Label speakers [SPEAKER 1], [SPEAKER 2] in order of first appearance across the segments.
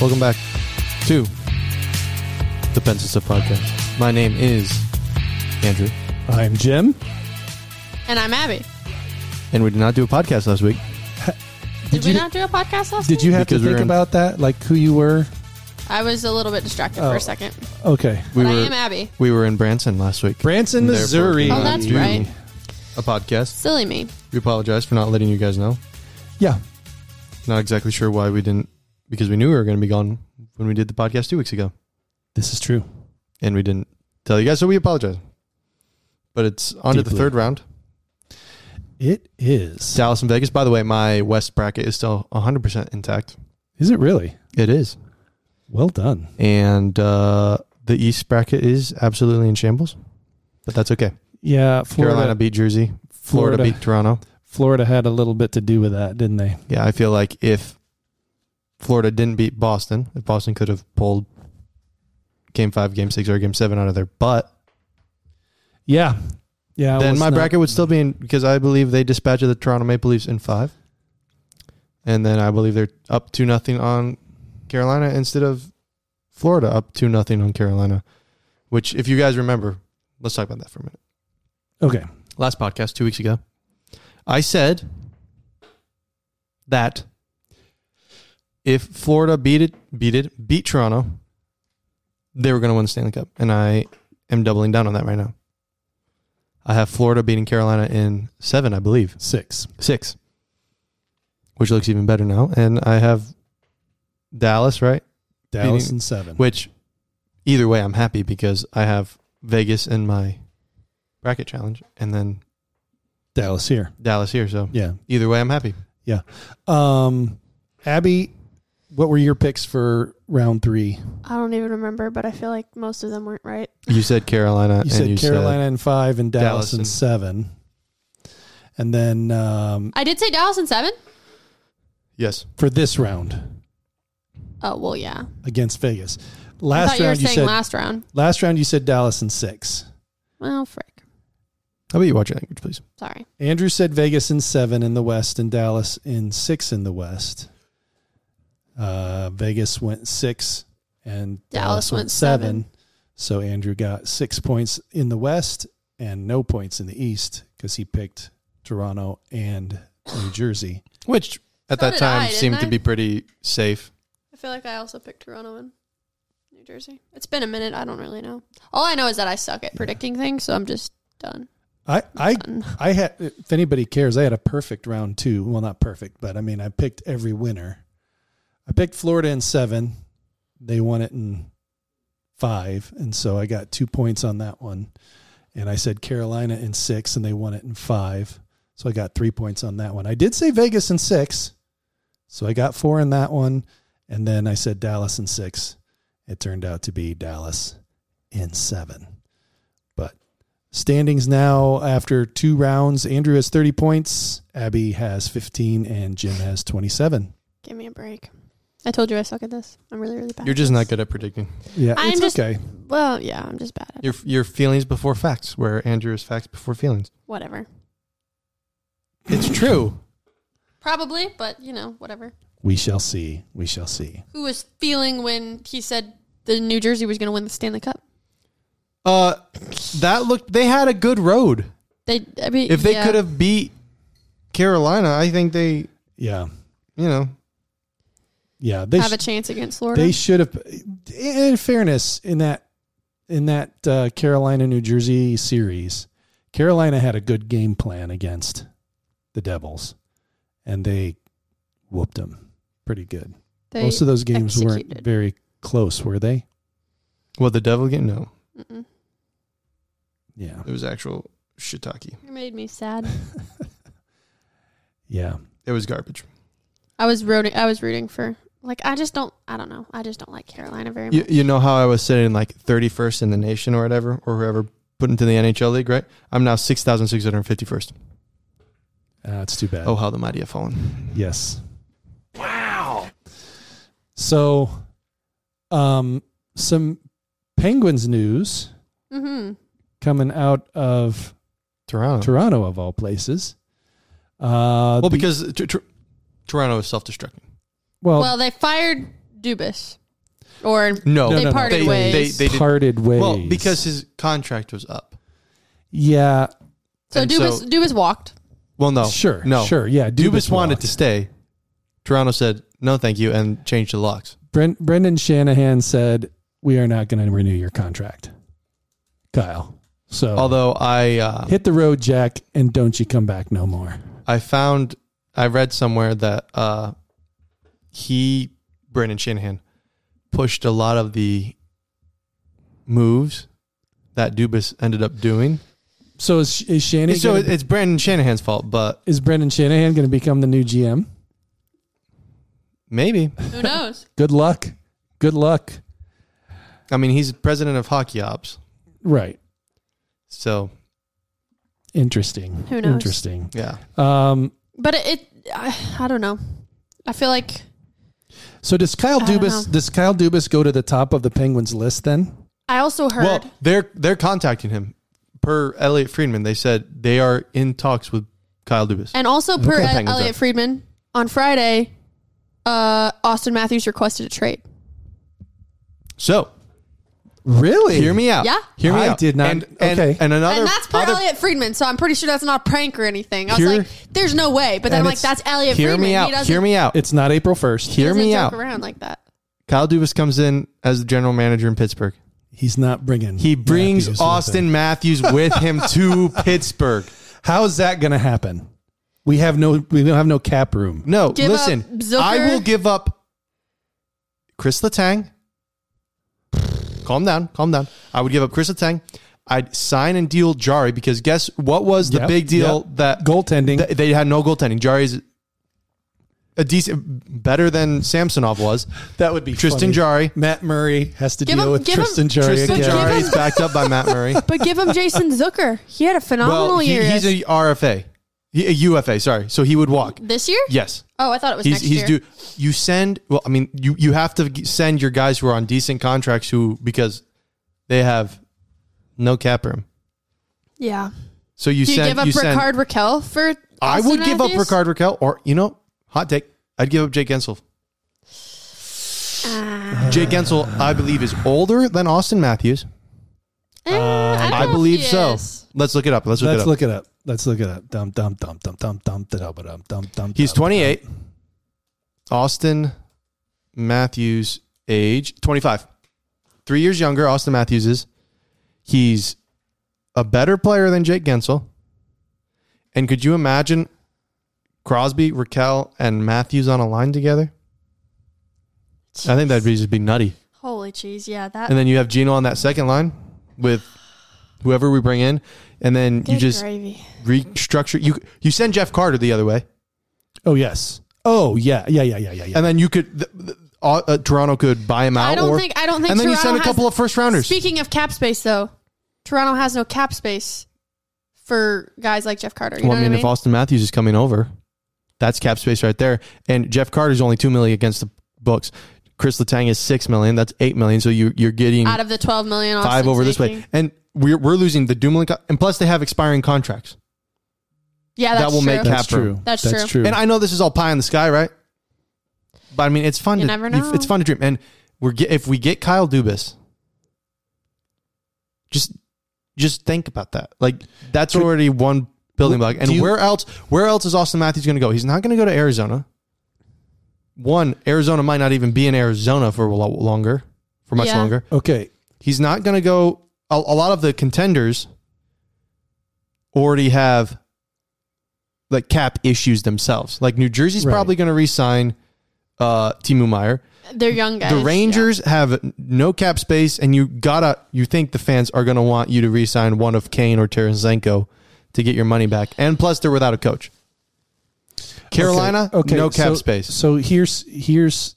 [SPEAKER 1] Welcome back to the Pensive Podcast. My name is Andrew,
[SPEAKER 2] I'm Jim.
[SPEAKER 3] And I'm Abby.
[SPEAKER 1] and we did not do a podcast last week.
[SPEAKER 3] Did,
[SPEAKER 2] Did
[SPEAKER 3] we
[SPEAKER 2] you-
[SPEAKER 3] not do a podcast last
[SPEAKER 2] Did you have
[SPEAKER 1] Because
[SPEAKER 2] to
[SPEAKER 1] we're
[SPEAKER 2] think
[SPEAKER 1] in-
[SPEAKER 2] about that, like who you were?
[SPEAKER 3] week? I was a little bit distracted
[SPEAKER 2] Oh.
[SPEAKER 3] for a second.
[SPEAKER 2] Okay,
[SPEAKER 1] We
[SPEAKER 3] but
[SPEAKER 1] were
[SPEAKER 3] I am Abby.
[SPEAKER 1] we were in Branson last week.
[SPEAKER 2] Branson,
[SPEAKER 1] Therefore,
[SPEAKER 2] Missouri.
[SPEAKER 1] we
[SPEAKER 3] Oh, that's
[SPEAKER 1] do
[SPEAKER 3] right.
[SPEAKER 1] A podcast.
[SPEAKER 3] Silly me.
[SPEAKER 1] We apologize for not letting you guys know.
[SPEAKER 2] Yeah,
[SPEAKER 1] Not exactly sure why we didn't, because we knew we were going to be gone when we did the podcast two weeks ago,
[SPEAKER 2] this is true.
[SPEAKER 1] and we didn't tell you guys, so we apologize. But it's on to the
[SPEAKER 2] Deeply.
[SPEAKER 1] third round.
[SPEAKER 2] It is.
[SPEAKER 1] Dallas and Vegas. By the way, my West bracket is still 100% intact.
[SPEAKER 2] Is it really?
[SPEAKER 1] It is.
[SPEAKER 2] Well done.
[SPEAKER 1] And uh, the East bracket is absolutely in shambles, but that's okay.
[SPEAKER 2] Yeah, Florida.
[SPEAKER 1] Carolina beat Jersey, Florida,
[SPEAKER 2] Florida. Florida,
[SPEAKER 1] beat Toronto.
[SPEAKER 2] had a little bit to do with that, didn't they?
[SPEAKER 1] Yeah, I feel like if Florida didn't beat Boston, if Boston could have pulled game five, game six, or game seven out of their butt,
[SPEAKER 2] Yeah, yeah.
[SPEAKER 1] then
[SPEAKER 2] let's
[SPEAKER 1] my
[SPEAKER 2] not-
[SPEAKER 1] bracket would still be in because I believe they dispatched the Toronto Maple Leafs in five. And then I believe they're up two nothing on Carolina instead of Florida up two nothing on Carolina. Which if you guys remember, let's talk about that for a minute.
[SPEAKER 2] Okay.
[SPEAKER 1] Last podcast, two weeks ago. I said that if Florida beat it beat it, beat Toronto, they were gonna win the Stanley Cup. And I am doubling down on that right now. I have Florida beating Carolina in seven, I believe.
[SPEAKER 2] Six.
[SPEAKER 1] Six. Which looks even better now. And I have Dallas, right?
[SPEAKER 2] Dallas
[SPEAKER 1] Meaning-
[SPEAKER 2] and seven.
[SPEAKER 1] Which either way I'm happy because I have Vegas in my bracket challenge and then
[SPEAKER 2] Dallas here.
[SPEAKER 1] Dallas here, so
[SPEAKER 2] Yeah.
[SPEAKER 1] either way I'm happy.
[SPEAKER 2] Um, Abby, what were your picks for round three?
[SPEAKER 3] I don't even remember, but I feel like most of them weren't right.
[SPEAKER 1] You said Carolina
[SPEAKER 2] Uh, You
[SPEAKER 1] and
[SPEAKER 2] said
[SPEAKER 1] you
[SPEAKER 2] Carolina in five and Dallas,
[SPEAKER 1] Dallas
[SPEAKER 2] in
[SPEAKER 1] and-
[SPEAKER 2] seven. And then um,
[SPEAKER 3] I did say Dallas in seven.
[SPEAKER 1] Yes.
[SPEAKER 2] for this round
[SPEAKER 3] Oh well, yeah.
[SPEAKER 2] against Vegas.
[SPEAKER 3] I
[SPEAKER 2] Last
[SPEAKER 3] thought you were
[SPEAKER 2] round you
[SPEAKER 3] saying
[SPEAKER 2] said
[SPEAKER 3] last round.
[SPEAKER 2] last round you said Dallas in six.
[SPEAKER 3] Well, frick.
[SPEAKER 1] How about you watch your language, please?
[SPEAKER 3] Sorry.
[SPEAKER 2] Andrew said Vegas in seven in the West and Dallas in six in the West. Uh, Vegas went six and Dallas,
[SPEAKER 3] Dallas
[SPEAKER 2] went,
[SPEAKER 3] went
[SPEAKER 2] seven.
[SPEAKER 3] seven.
[SPEAKER 2] So Andrew got six points in the West and no points in the East because he picked Toronto and New Jersey.
[SPEAKER 1] Which at
[SPEAKER 3] So
[SPEAKER 1] that
[SPEAKER 3] did I,
[SPEAKER 1] time
[SPEAKER 3] didn't
[SPEAKER 1] seemed to
[SPEAKER 3] I?
[SPEAKER 1] be pretty safe.
[SPEAKER 3] I feel like I also picked Toronto and New Jersey. It's been a minute. I don't really know. All I know is that I suck at predicting things, so I'm just done.
[SPEAKER 2] I, I
[SPEAKER 3] Done.
[SPEAKER 2] I had, if anybody cares, I had a perfect round two. Well, not perfect, but I mean, I picked every winner. I picked Florida in seven. They won it in five. And so I got two points on that one. And I said Carolina in six, and they won it in five. So I got three points on that one. I did say Vegas in six. So I got four in that one. And then I said Dallas in six. It turned out to be Dallas in seven. But Standings now after two rounds. Andrew has 30 points, Abby has 15, and Jim has 27.
[SPEAKER 3] Give me a break. I told you I suck at this. I'm really, really bad.
[SPEAKER 1] You're
[SPEAKER 3] at
[SPEAKER 1] just
[SPEAKER 3] this.
[SPEAKER 1] not good at predicting.
[SPEAKER 2] Yeah,
[SPEAKER 3] I'm
[SPEAKER 2] it's
[SPEAKER 3] just-
[SPEAKER 2] okay.
[SPEAKER 3] Well, yeah, I'm just bad at it.
[SPEAKER 1] Your your feelings before facts, where Andrew is facts before feelings.
[SPEAKER 3] whatever.
[SPEAKER 1] It's true.
[SPEAKER 3] Probably, but you know, whatever.
[SPEAKER 2] We shall see. We shall see.
[SPEAKER 3] Who was feeling when he said the New Jersey was going to win the Stanley Cup?
[SPEAKER 1] Uh that looked they had a good road.
[SPEAKER 3] They, I mean,
[SPEAKER 1] If they
[SPEAKER 3] yeah.
[SPEAKER 1] could have beat Carolina, I think they, you
[SPEAKER 2] Yeah.
[SPEAKER 1] know,
[SPEAKER 2] Yeah. They,
[SPEAKER 3] have a
[SPEAKER 2] sh-
[SPEAKER 3] chance against Florida,
[SPEAKER 2] they should have, in fairness, in that, in that uh, Carolina New Jersey series, Carolina had a good game plan against the Devils, and they whooped them pretty good.
[SPEAKER 3] They-
[SPEAKER 2] Most of those games weren't
[SPEAKER 3] executed.
[SPEAKER 2] very close, were they?
[SPEAKER 1] well, the devil game. No,
[SPEAKER 3] Mm-mm.
[SPEAKER 2] Yeah.
[SPEAKER 1] it was actual shiitake.
[SPEAKER 3] you made me sad.
[SPEAKER 2] Yeah.
[SPEAKER 1] It was garbage.
[SPEAKER 3] I was rooting. I was rooting for like I just don't. I don't know. I just don't like Carolina very much.
[SPEAKER 1] You, you know how I was sitting like 31st in the nation or whatever, or whoever put into the NHL league, right? I'm now 6,651st.
[SPEAKER 2] Uh, it's too bad.
[SPEAKER 1] Oh, how the mighty have fallen.
[SPEAKER 2] Yes. Wow. So, um, some Penguins news
[SPEAKER 3] Mm-hmm.
[SPEAKER 2] coming out of
[SPEAKER 1] Toronto.
[SPEAKER 2] Toronto, of all places.
[SPEAKER 1] Well,
[SPEAKER 2] Uh, the-
[SPEAKER 1] uh, because t- Tor- Toronto is self destructing.
[SPEAKER 2] well,
[SPEAKER 3] Well, they fired Dubas, or
[SPEAKER 1] No,
[SPEAKER 3] they
[SPEAKER 2] no, no.
[SPEAKER 3] parted
[SPEAKER 1] they,
[SPEAKER 3] ways.
[SPEAKER 1] They, they, did.
[SPEAKER 2] parted ways.
[SPEAKER 1] Well, because his contract was up.
[SPEAKER 2] yeah,
[SPEAKER 3] so
[SPEAKER 1] and
[SPEAKER 3] Dubas
[SPEAKER 1] so-
[SPEAKER 3] Dubas walked.
[SPEAKER 1] Well, no,
[SPEAKER 2] sure,
[SPEAKER 1] Oh, no,
[SPEAKER 2] sure, yeah.
[SPEAKER 1] Dubas, wanted
[SPEAKER 2] walked.
[SPEAKER 1] to stay. Toronto said no, thank you, and changed the locks.
[SPEAKER 2] Bren- Brendan Shanahan said, "We are not going to renew your contract, Kyle." So
[SPEAKER 1] Although I, uh,
[SPEAKER 2] hit the road, Jack, and don't you come back no more.
[SPEAKER 1] I found, I read somewhere that uh, he, Brandon Shanahan, pushed a lot of the moves that Dubas ended up doing.
[SPEAKER 2] So is is Shanahan?
[SPEAKER 1] so
[SPEAKER 2] gonna-
[SPEAKER 1] it's Brandon Shanahan's fault, but
[SPEAKER 2] is Brendan Shanahan going to become the new GM?
[SPEAKER 1] maybe.
[SPEAKER 3] Who knows?
[SPEAKER 2] Good luck. Good luck.
[SPEAKER 1] I mean, he's president of hockey ops,
[SPEAKER 2] Right.
[SPEAKER 1] so
[SPEAKER 2] Interesting.
[SPEAKER 3] Who knows?
[SPEAKER 2] Interesting.
[SPEAKER 1] yeah.
[SPEAKER 2] Um,
[SPEAKER 3] But it, it I, I don't know. I feel like
[SPEAKER 2] so does Kyle
[SPEAKER 3] I don't
[SPEAKER 2] Dubas
[SPEAKER 3] know.
[SPEAKER 2] does Kyle Dubas go to the top of the Penguins list then?
[SPEAKER 3] I also heard.
[SPEAKER 1] Well, they're they're contacting him. Per Elliot Friedman, they said they are in talks with Kyle Dubas.
[SPEAKER 3] And also, per
[SPEAKER 1] Okay.
[SPEAKER 3] Ed-
[SPEAKER 1] Penguins
[SPEAKER 3] Elliot
[SPEAKER 1] up.
[SPEAKER 3] Friedman, on Friday, uh, Austin Matthews requested a trade.
[SPEAKER 1] So
[SPEAKER 2] Really?
[SPEAKER 1] hear me out.
[SPEAKER 3] Yeah.
[SPEAKER 1] hear me
[SPEAKER 2] I
[SPEAKER 1] out.
[SPEAKER 2] did not-
[SPEAKER 1] And, and,
[SPEAKER 2] okay.
[SPEAKER 1] and another
[SPEAKER 3] and that's per
[SPEAKER 1] other-
[SPEAKER 3] Elliot Friedman, so I'm pretty sure that's not a prank or anything. I was
[SPEAKER 1] Here-
[SPEAKER 3] like, there's no way. But then
[SPEAKER 2] And
[SPEAKER 3] I'm like,
[SPEAKER 2] it's-
[SPEAKER 3] that's Elliot
[SPEAKER 1] hear
[SPEAKER 3] Friedman.
[SPEAKER 1] me
[SPEAKER 3] He
[SPEAKER 1] out.
[SPEAKER 3] doesn't,
[SPEAKER 1] Hear me out.
[SPEAKER 2] It's not April first.
[SPEAKER 1] hear
[SPEAKER 3] doesn't
[SPEAKER 1] me
[SPEAKER 3] joke
[SPEAKER 1] out.
[SPEAKER 3] around like that.
[SPEAKER 1] Kyle Dubas comes in as the general manager in Pittsburgh.
[SPEAKER 2] He's not bringing.
[SPEAKER 1] He brings
[SPEAKER 2] Matthews with
[SPEAKER 1] Austin
[SPEAKER 2] him.
[SPEAKER 1] Matthews with him to Pittsburgh.
[SPEAKER 2] How is that going to happen? We have no. We don't have no cap room.
[SPEAKER 1] No,
[SPEAKER 3] Give up
[SPEAKER 1] listen.
[SPEAKER 3] Zucker.
[SPEAKER 1] I will give up Chris Letang. Calm down, calm down. I would give up Chris Letang. I'd sign and deal Jari because guess what was the
[SPEAKER 2] Yep,
[SPEAKER 1] big deal
[SPEAKER 2] yep.
[SPEAKER 1] that
[SPEAKER 2] Goaltending.
[SPEAKER 1] th- they had no goaltending. Jari's a decent, better than Samsonov was.
[SPEAKER 2] that would be
[SPEAKER 1] Tristan Jari.
[SPEAKER 2] Matt Murray has to
[SPEAKER 3] Give
[SPEAKER 2] deal
[SPEAKER 3] him-
[SPEAKER 2] with
[SPEAKER 3] give him-
[SPEAKER 2] Tristan Jari
[SPEAKER 1] Tristan
[SPEAKER 2] again.
[SPEAKER 1] Jari
[SPEAKER 3] give
[SPEAKER 1] is backed up by Matt Murray.
[SPEAKER 3] But give him Jason Zucker. He had a phenomenal
[SPEAKER 1] Well, he,
[SPEAKER 3] year
[SPEAKER 1] he's a RFA, He- a UFA. Sorry, so he would walk.
[SPEAKER 3] this year.
[SPEAKER 1] Yes.
[SPEAKER 3] Oh, I thought it was
[SPEAKER 1] he's
[SPEAKER 3] next
[SPEAKER 1] he's
[SPEAKER 3] year.
[SPEAKER 1] due. You send well. I mean, you you have to g- send your guys who are on decent contracts who because they have no cap room.
[SPEAKER 3] yeah.
[SPEAKER 1] So you
[SPEAKER 3] Do you
[SPEAKER 1] send
[SPEAKER 3] give up
[SPEAKER 1] you send.
[SPEAKER 3] Ricard Raquel for?
[SPEAKER 1] I
[SPEAKER 3] Austin
[SPEAKER 1] would give up
[SPEAKER 3] Matthews?
[SPEAKER 1] Ricard Raquel or you know, hot take. I'd give up Jake Gensel.
[SPEAKER 3] Ah.
[SPEAKER 1] Jake Gensel, I believe, is older than Austin Matthews.
[SPEAKER 3] Eh, I, don't know
[SPEAKER 1] I
[SPEAKER 3] if
[SPEAKER 1] believe
[SPEAKER 3] he
[SPEAKER 1] so.
[SPEAKER 3] is.
[SPEAKER 1] Let's look it up. Let's look it
[SPEAKER 2] Let's
[SPEAKER 1] up.
[SPEAKER 2] look it up. Let's look it up. Dum dum dum dum dum dum dum dum dum dum.
[SPEAKER 1] He's 28. Austin Matthews age 25. 3 years younger Austin Matthews is. He's a better player than Jake Gensel. And could you imagine Crosby, Raquel and Matthews on a line together? I think that'd be just be nutty.
[SPEAKER 3] Holy cheese! Yeah, that.
[SPEAKER 1] And then you have Gino on that second line with whoever we bring in and then you
[SPEAKER 3] good
[SPEAKER 1] just
[SPEAKER 3] gravy.
[SPEAKER 1] restructure you you send Jeff Carter the other way.
[SPEAKER 2] Oh yes. Oh yeah. Yeah yeah yeah yeah yeah.
[SPEAKER 1] and then you could th- th- uh, uh, Toronto could buy him out.
[SPEAKER 3] I don't
[SPEAKER 1] or,
[SPEAKER 3] think. I don't think.
[SPEAKER 1] and then you
[SPEAKER 3] Toronto
[SPEAKER 1] send a
[SPEAKER 3] has-
[SPEAKER 1] couple of first rounders.
[SPEAKER 3] Speaking of cap space, though, Toronto has no cap space for guys like Jeff Carter. You
[SPEAKER 1] well,
[SPEAKER 3] know
[SPEAKER 1] I mean,
[SPEAKER 3] what I
[SPEAKER 1] if
[SPEAKER 3] mean?
[SPEAKER 1] Austin Matthews is coming over, that's cap space right there. And Jeff Carter's only two million against the books. Chris Letang is six million. That's eight million. So you you're getting
[SPEAKER 3] Out of the twelve million, Austin's
[SPEAKER 1] five over this way,
[SPEAKER 3] making.
[SPEAKER 1] and we're we're losing the Dumoulin, co- and plus they have expiring contracts.
[SPEAKER 3] Yeah,
[SPEAKER 1] That
[SPEAKER 3] that's
[SPEAKER 1] will
[SPEAKER 3] true.
[SPEAKER 1] make
[SPEAKER 2] That's
[SPEAKER 1] cap room.
[SPEAKER 2] true.
[SPEAKER 3] That's
[SPEAKER 2] That's true.
[SPEAKER 1] And I know this is all pie in the sky, right? But I mean, it's fun.
[SPEAKER 3] You
[SPEAKER 1] to,
[SPEAKER 3] never
[SPEAKER 1] you-
[SPEAKER 3] know.
[SPEAKER 1] It's fun to dream. And we're get, if we get Kyle Dubas, just just think about that. Like that's already one building block. And
[SPEAKER 2] Do you-
[SPEAKER 1] where else? Where else is Austin Matthews going to go? He's not going to go to Arizona. One, Arizona might not even be in Arizona for a lo- longer, for much
[SPEAKER 3] Yeah.
[SPEAKER 1] longer.
[SPEAKER 2] okay.
[SPEAKER 1] He's not going to go. A, a lot of the contenders already have like cap issues themselves. Like New Jersey's
[SPEAKER 2] Right.
[SPEAKER 1] probably going to re-sign uh, Timu Meyer.
[SPEAKER 3] They're young guys.
[SPEAKER 1] the
[SPEAKER 3] yeah.
[SPEAKER 1] Rangers have no cap space, and you gotta you think the fans are going to want you to re-sign one of Kane or Tarasenko to get your money back, and plus they're without a coach. Carolina,
[SPEAKER 2] Okay. okay,
[SPEAKER 1] no cap
[SPEAKER 2] so,
[SPEAKER 1] space.
[SPEAKER 2] So here's here's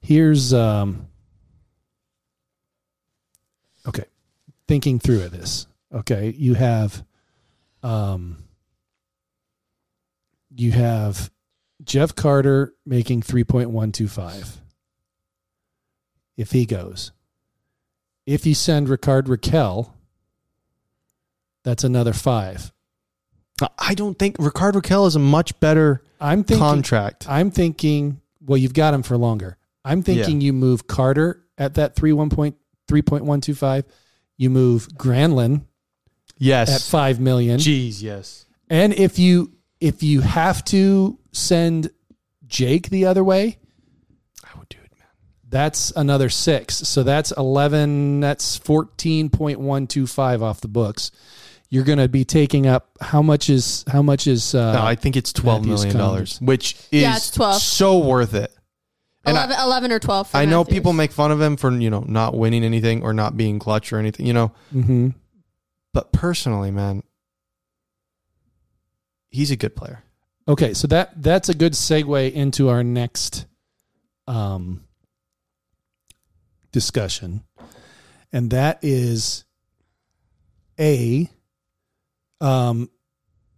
[SPEAKER 2] here's um. Okay, thinking through of this. Okay, you have, um. You have Jeff Carter making three point one two five. If he goes, if you send Ricard Raquel, that's another five.
[SPEAKER 1] I don't think Ricard Raquel is a much better
[SPEAKER 2] I'm thinking
[SPEAKER 1] contract.
[SPEAKER 2] I'm thinking, well, you've got him for longer. I'm thinking you move Carter at that three one point three point one two five. You move Granlin at
[SPEAKER 1] Yes.
[SPEAKER 2] five million.
[SPEAKER 1] Jeez, yes.
[SPEAKER 2] And if you if you have to send Jake the other way,
[SPEAKER 1] I would do it, man.
[SPEAKER 2] that's another six. So that's eleven. That's fourteen point one two five off the books. You're going to be taking up how much is how much is uh,
[SPEAKER 1] no, I think it's twelve
[SPEAKER 2] Matthews
[SPEAKER 1] million dollars,
[SPEAKER 2] Combs.
[SPEAKER 1] which is
[SPEAKER 3] Yeah, it's 12.
[SPEAKER 1] so worth it. And I-
[SPEAKER 3] 11, 11 or 12. for
[SPEAKER 1] I know
[SPEAKER 3] Matthews.
[SPEAKER 1] people make fun of him for you know not winning anything or not being clutch or anything, you know.
[SPEAKER 2] Mhm.
[SPEAKER 1] But personally, man, he's a good player.
[SPEAKER 2] Okay, so that that's a good segue into our next um, discussion, and that is a um,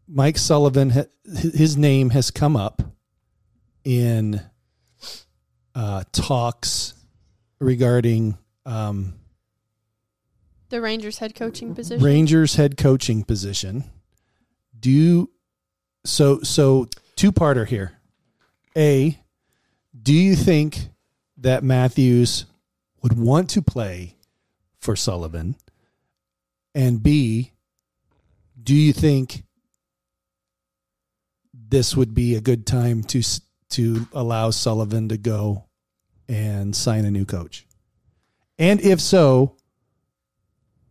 [SPEAKER 2] Mike Sullivan. ha- hi- His name has come up in uh, talks regarding um,
[SPEAKER 3] The Rangers head
[SPEAKER 1] Mm-hmm.
[SPEAKER 3] coaching position.
[SPEAKER 2] Rangers head coaching position. Do you, so so two parter here. A, do you think that Matthews would want to play for Sullivan? And B, do you think this would be a good time to s- to allow Sullivan to go and sign a new coach? And if so,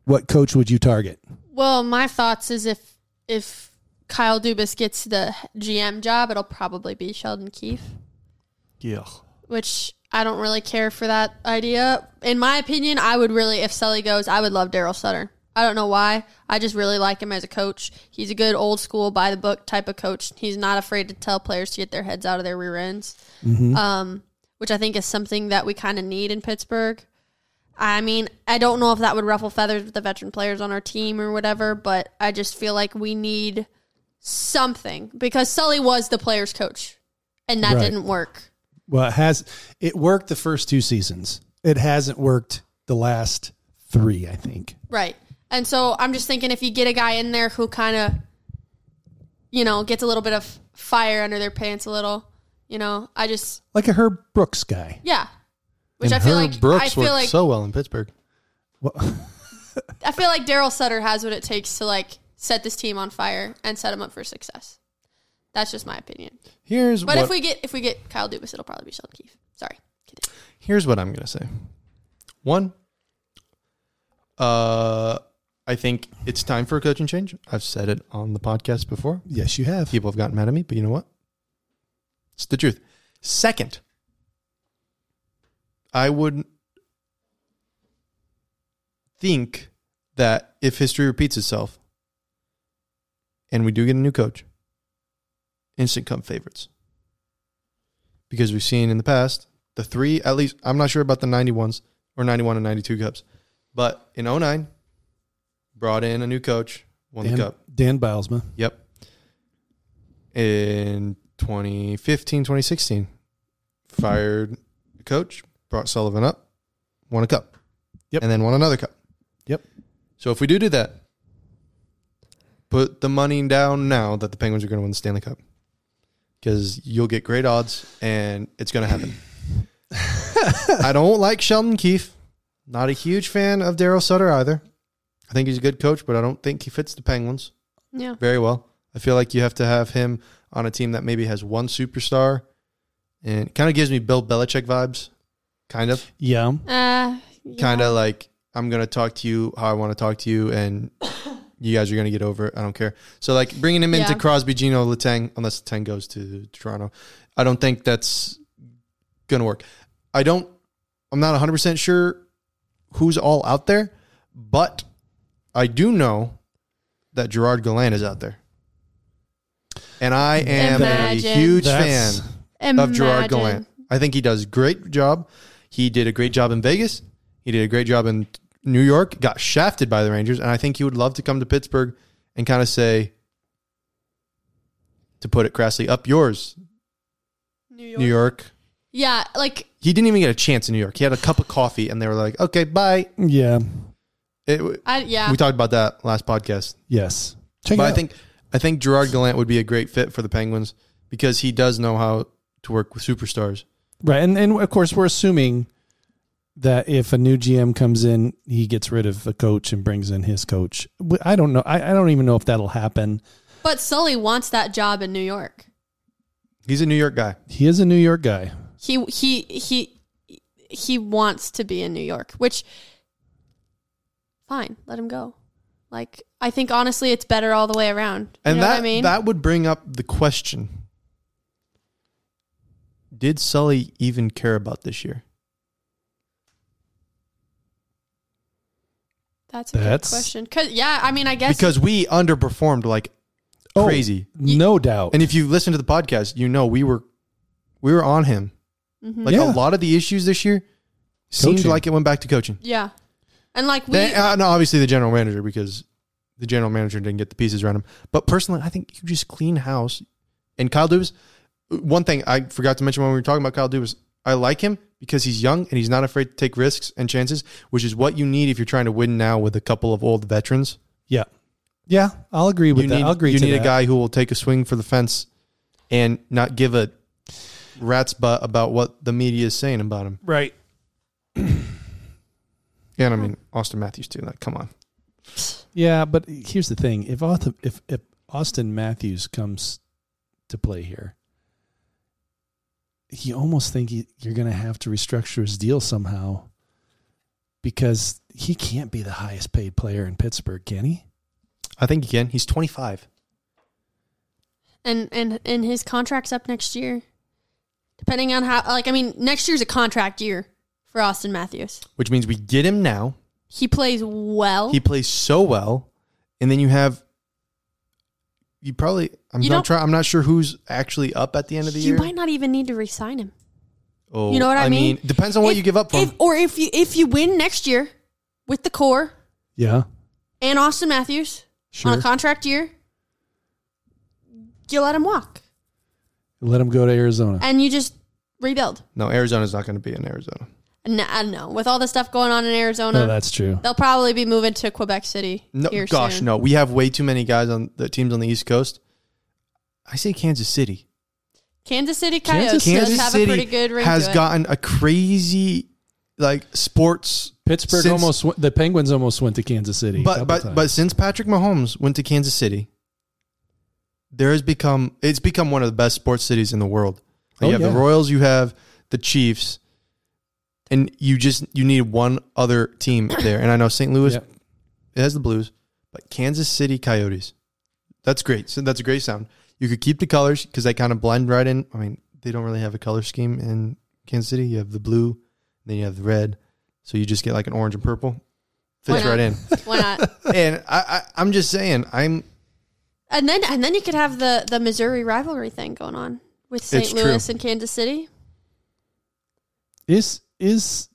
[SPEAKER 2] what coach would you target?
[SPEAKER 3] Well, my thoughts is if if Kyle Dubas gets the GM job, it'll probably be Sheldon Keefe,
[SPEAKER 1] Yeah.
[SPEAKER 3] which I don't really care for that idea. In my opinion, I would really, if Sully goes, I would love Daryl Sutter. I don't know why. I just really like him as a coach. He's a good old school, by the book type of coach. He's not afraid to tell players to get their heads out of their rear ends, um, which I think is something that we kind of need in Pittsburgh. I mean, I don't know if that would ruffle feathers with the veteran players on our team or whatever, but I just feel like we need something because Sully was the players' coach, and that
[SPEAKER 2] Right.
[SPEAKER 3] didn't work.
[SPEAKER 2] Well, it has it worked the first two seasons. It hasn't worked the last three, I think.
[SPEAKER 3] Right. And so I'm just thinking if you get a guy in there who kind of, you know, gets a little bit of fire under their pants a little, you know, I just,
[SPEAKER 2] Like a Herb Brooks guy.
[SPEAKER 3] yeah. Which
[SPEAKER 1] and
[SPEAKER 3] I feel
[SPEAKER 1] Herb
[SPEAKER 3] like
[SPEAKER 1] Brooks
[SPEAKER 3] I feel
[SPEAKER 1] worked
[SPEAKER 3] like
[SPEAKER 1] so well in Pittsburgh.
[SPEAKER 2] Well,
[SPEAKER 3] I feel like Daryl Sutter has what it takes to like set this team on fire and set them up for success. That's just my opinion.
[SPEAKER 1] Here's
[SPEAKER 3] But
[SPEAKER 1] what
[SPEAKER 3] if we get if we get Kyle Dubas, it'll probably be Sheldon Keefe. Sorry. Continue.
[SPEAKER 1] here's what I'm gonna say. One, uh, I think it's time for a coaching change. I've said it on the podcast before.
[SPEAKER 2] yes, you have.
[SPEAKER 1] People have gotten mad at me, but you know what? It's the truth. Second, I would think that if history repeats itself and we do get a new coach, instant come favorites. Because we've seen in the past, the three, at least, I'm not sure about the 91s or 91 and 92 cups, but in 09, brought in a new coach, won the
[SPEAKER 2] Dan,
[SPEAKER 1] cup.
[SPEAKER 2] Dan Bilesma.
[SPEAKER 1] Yep. In 2015, 2016, fired the coach, brought Sullivan up, won a cup.
[SPEAKER 2] Yep.
[SPEAKER 1] And then won another cup.
[SPEAKER 2] Yep.
[SPEAKER 1] So if we do do that, put the money down now that the Penguins are going to win the Stanley Cup because you'll get great odds and it's going to happen. I don't like Sheldon Keefe. Not a huge fan of Daryl Sutter either. I think he's a good coach, but I don't think he fits the Penguins
[SPEAKER 3] Yeah.
[SPEAKER 1] very well. I feel like you have to have him on a team that maybe has one superstar, and it kind of gives me Bill Belichick vibes, kind of,
[SPEAKER 2] Yeah.
[SPEAKER 3] Uh
[SPEAKER 1] kind of like I'm gonna talk to you how I want to talk to you, and you guys are gonna get over it. I don't care. So like bringing him into
[SPEAKER 3] Yeah.
[SPEAKER 1] Crosby, Gino, Letang, unless Letang goes to Toronto, I don't think that's gonna work. I don't. I'm not 100 percent sure who's all out there, but I do know that Gerard Gallant is out there. And I am a
[SPEAKER 3] Imagine.
[SPEAKER 1] huge
[SPEAKER 2] That's-
[SPEAKER 1] fan of Gerard Gallant. I think he does a great job. He did a great job in Vegas. He did a great job in New York. Got shafted by the Rangers, and I think he would love to come to Pittsburgh and kind of say, to put it crassly, "Up yours,
[SPEAKER 3] New
[SPEAKER 1] New York."
[SPEAKER 3] Yeah, like
[SPEAKER 1] He didn't even get a chance in New York. He had a cup of coffee, and they were like, "Okay, bye."
[SPEAKER 2] Yeah.
[SPEAKER 1] It,
[SPEAKER 3] I yeah.
[SPEAKER 1] We talked about that last podcast.
[SPEAKER 2] Yes. Check
[SPEAKER 1] but
[SPEAKER 2] it
[SPEAKER 1] I
[SPEAKER 2] out.
[SPEAKER 1] think I think Gerard Gallant would be a great fit for the Penguins because he does know how to work with superstars.
[SPEAKER 2] Right. And and of course we're assuming that if a new GM comes in, he gets rid of a coach and brings in his coach. W- I don't know. I, I don't even know if that'll happen.
[SPEAKER 3] But Sully wants that job in New York.
[SPEAKER 1] He's a New York guy.
[SPEAKER 2] He is a New York guy.
[SPEAKER 3] He he he he wants to be in New York, which fine, let him go. Like I think honestly it's better all the way around. You
[SPEAKER 1] And
[SPEAKER 3] know
[SPEAKER 1] that
[SPEAKER 3] what I mean?
[SPEAKER 1] that would bring up the question. Did Sully even care about this year?
[SPEAKER 3] that's a
[SPEAKER 2] That's-
[SPEAKER 3] good question. 'Cause- yeah, I mean I guess
[SPEAKER 1] Because we underperformed like
[SPEAKER 2] Oh,
[SPEAKER 1] crazy.
[SPEAKER 2] No doubt.
[SPEAKER 1] And if you listen to the podcast, you know we were we were on him. Like
[SPEAKER 2] Yeah.
[SPEAKER 1] a lot of the issues this year seemed
[SPEAKER 2] Coaching.
[SPEAKER 1] like it went back to coaching.
[SPEAKER 3] yeah. And like we
[SPEAKER 1] Then, uh, no, obviously the general manager because the general manager didn't get the pieces around him. But personally, I think you just clean house. And Kyle Dubas, one thing I forgot to mention when we were talking about Kyle Dubas, I like him because he's young and he's not afraid to take risks and chances, which is what you need if you're trying to win now with a couple of old veterans.
[SPEAKER 2] yeah. Yeah, I'll agree with
[SPEAKER 1] you
[SPEAKER 2] that.
[SPEAKER 1] need,
[SPEAKER 2] I'll agree
[SPEAKER 1] you
[SPEAKER 2] to
[SPEAKER 1] need
[SPEAKER 2] that.
[SPEAKER 1] a guy who will take a swing for the fence and not give a rat's butt about what the media is saying about him.
[SPEAKER 2] Right.
[SPEAKER 1] And I mean Austin Matthews too. Like, come on.
[SPEAKER 2] Yeah, but here's the thing: if Austin, if, if Austin Matthews comes to play here, you almost think you- you're going to have to restructure his deal somehow, because he can't be the highest paid player in Pittsburgh, can he?
[SPEAKER 1] I think he can. He's 25.
[SPEAKER 3] and and and his contract's up next year. Depending on how like I mean next year's a contract year for Austin Matthews.
[SPEAKER 1] which means we get him now.
[SPEAKER 3] He plays well.
[SPEAKER 1] He plays so well, and then you have you probably I'm
[SPEAKER 3] You
[SPEAKER 1] not
[SPEAKER 3] don't-
[SPEAKER 1] try, I'm not sure who's actually up at the end of the
[SPEAKER 3] you
[SPEAKER 1] year.
[SPEAKER 3] might not even need to re-sign him.
[SPEAKER 1] oh,
[SPEAKER 3] you know what I mean?
[SPEAKER 1] Depends on what
[SPEAKER 3] If-
[SPEAKER 1] you give up for.
[SPEAKER 3] if-
[SPEAKER 1] him.
[SPEAKER 3] or if you if you win next year with the core
[SPEAKER 2] Yeah,
[SPEAKER 3] and Austin Matthews on
[SPEAKER 2] sure.
[SPEAKER 3] a contract year, you let him walk
[SPEAKER 2] Let him go to Arizona.
[SPEAKER 3] and you just rebuild.
[SPEAKER 1] No, Arizona's not going to be in Arizona.
[SPEAKER 3] And I don't know. With all the stuff going on in Arizona,
[SPEAKER 2] No, that's true.
[SPEAKER 3] they'll probably be moving to Quebec City.
[SPEAKER 1] uh, No,
[SPEAKER 3] here
[SPEAKER 1] gosh,
[SPEAKER 3] soon.
[SPEAKER 1] no. We have way too many guys on the teams on the East Coast. I say Kansas City.
[SPEAKER 3] Kansas City Coyotes
[SPEAKER 1] Kansas
[SPEAKER 3] does have
[SPEAKER 1] City
[SPEAKER 3] a pretty good ring
[SPEAKER 1] has
[SPEAKER 3] to it.
[SPEAKER 1] gotten a crazy like sports
[SPEAKER 2] Pittsburgh
[SPEAKER 1] Since-
[SPEAKER 2] almost w- the Penguins almost went to Kansas City. a couple
[SPEAKER 1] But but
[SPEAKER 2] times.
[SPEAKER 1] but since Patrick Mahomes went to Kansas City, there has become it's become one of the best sports cities in the world. Like,
[SPEAKER 2] Oh,
[SPEAKER 1] you have
[SPEAKER 2] yeah.
[SPEAKER 1] the Royals, you have the Chiefs, and you just you need one other team there. And I know St. Louis
[SPEAKER 2] Yeah.
[SPEAKER 1] it has the Blues, but Kansas City Coyotes. That's great. So that's a great sound. You could keep the colors because they kind of blend right in. I mean, they don't really have a color scheme in Kansas City. You have the blue, then you have the red. So you just get like an orange and purple.
[SPEAKER 3] Why
[SPEAKER 1] Fits
[SPEAKER 3] not?
[SPEAKER 1] right in
[SPEAKER 3] Why not?
[SPEAKER 1] and I, I, I'm just saying, I'm
[SPEAKER 3] And then and then you could have the the Missouri rivalry thing going on with St.
[SPEAKER 1] It's
[SPEAKER 3] Louis
[SPEAKER 1] true.
[SPEAKER 3] and Kansas City.
[SPEAKER 2] is is